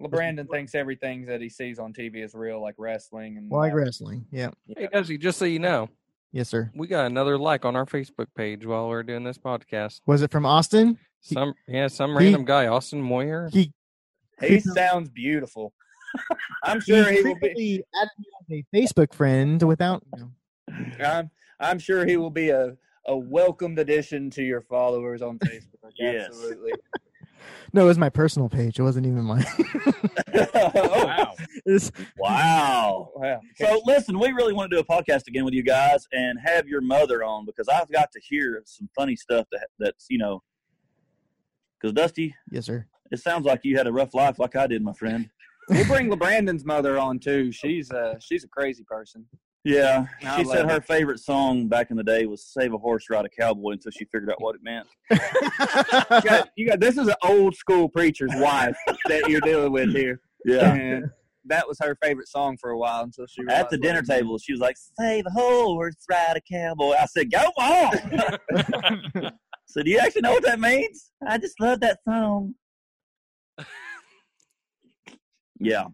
Speaker 1: LeBrandon thinks everything that he sees on TV is real, like wrestling and
Speaker 3: like
Speaker 1: laugh-
Speaker 3: wrestling. Yeah.
Speaker 4: Hey, Desi, just so you know,
Speaker 3: Yes, sir.
Speaker 4: we got another like on our Facebook page while we are doing this podcast.
Speaker 3: Was it from Austin? He-
Speaker 4: Some yeah, some
Speaker 3: he-
Speaker 4: random guy, Austin Moyer.
Speaker 3: He
Speaker 1: He sounds beautiful. *laughs* I'm sure he will be.
Speaker 3: secretly added me as a Facebook friend without. no.
Speaker 1: *laughs* I'm, I'm sure he will be a, a welcomed addition to your followers on *laughs* Facebook.
Speaker 2: Yes.
Speaker 1: Absolutely.
Speaker 3: No, it was my personal page. It wasn't even mine. *laughs* Oh.
Speaker 2: wow.
Speaker 3: It's-
Speaker 2: *laughs* Wow.
Speaker 1: Wow.
Speaker 2: So listen, we really want to do a podcast again with you guys and have your mother on because I've got to hear some funny stuff that that's you know. Because Dusty, *laughs*
Speaker 3: yes, sir.
Speaker 2: it sounds like you had a rough life like I did, my friend.
Speaker 1: We'll bring LeBrandon's mother on too. She's uh she's a crazy person.
Speaker 2: Yeah,
Speaker 1: I
Speaker 2: she
Speaker 1: love
Speaker 2: said her
Speaker 1: it.
Speaker 2: favorite song back in the day was "Save a Horse, Ride a Cowboy" until she figured out what it meant.
Speaker 1: You got, you got this is an old school preacher's wife that you're dealing with *laughs* here.
Speaker 2: Yeah,
Speaker 1: And that was her favorite song for a while until she
Speaker 2: at the
Speaker 1: realized-
Speaker 2: dinner table, she was like, "Save a horse, ride a cowboy." I said, "Go on."
Speaker 3: *laughs*
Speaker 2: so do you actually know what that means? I just love that song. yeah.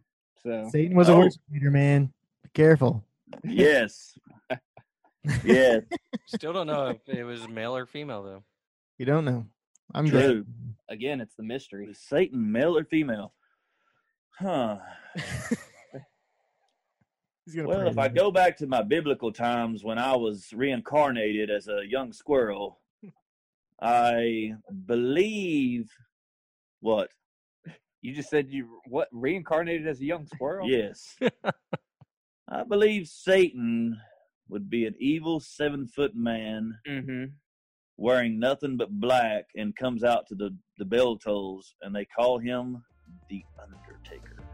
Speaker 1: So
Speaker 3: Satan was a
Speaker 2: Oh.
Speaker 3: worship leader, man. Be careful.
Speaker 2: Yes. yes.
Speaker 4: Still don't know if it was male or female though.
Speaker 3: You don't know. I'm
Speaker 2: True.
Speaker 3: good.
Speaker 1: again, it's the mystery.
Speaker 2: Is Satan male or female? Huh.
Speaker 3: He's gonna
Speaker 2: Well,
Speaker 3: pray
Speaker 2: if I
Speaker 3: tonight.
Speaker 2: go back to my biblical times when I was reincarnated as a young squirrel, I believe what?
Speaker 1: You just said you what reincarnated as a young squirrel?
Speaker 3: *laughs*
Speaker 2: Yes. I believe Satan would be an evil seven foot man
Speaker 1: Mm-hmm.
Speaker 2: wearing nothing but black and comes out to the, the bell tolls and they call him the
Speaker 3: *laughs*
Speaker 2: Undertaker.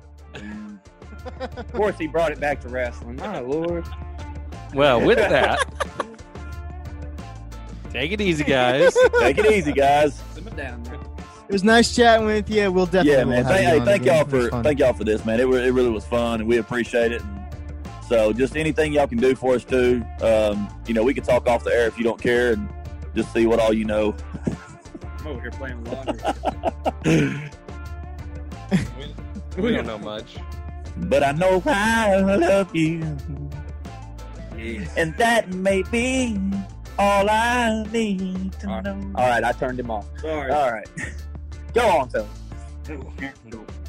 Speaker 1: Of course, he brought it back to wrestling. My lord.
Speaker 4: Well, *laughs* with that, take it
Speaker 3: *laughs*
Speaker 4: easy, guys.
Speaker 2: Take it easy, guys.
Speaker 1: Simmer down. *laughs* man.
Speaker 3: It was nice chatting with you. We'll definitely
Speaker 2: yeah,
Speaker 3: will
Speaker 2: man.
Speaker 3: have
Speaker 2: Thank,
Speaker 3: you
Speaker 2: hey,
Speaker 3: on
Speaker 2: thank
Speaker 3: again.
Speaker 2: y'all
Speaker 3: It was
Speaker 2: for
Speaker 3: fun.
Speaker 2: thank y'all for this, man. It, re- it really was fun, and we appreciate it. And so, just anything y'all can do for us too. Um, you know, we could talk off the air if you don't care, and just see what all you know.
Speaker 1: I'm over here playing with laundry. *laughs*
Speaker 4: We don't know much.
Speaker 2: but I know I love you, and that may be all I need to
Speaker 1: All right.
Speaker 2: know.
Speaker 1: All right, I turned him off.
Speaker 2: All right,
Speaker 1: Go on, Phil.
Speaker 2: all right.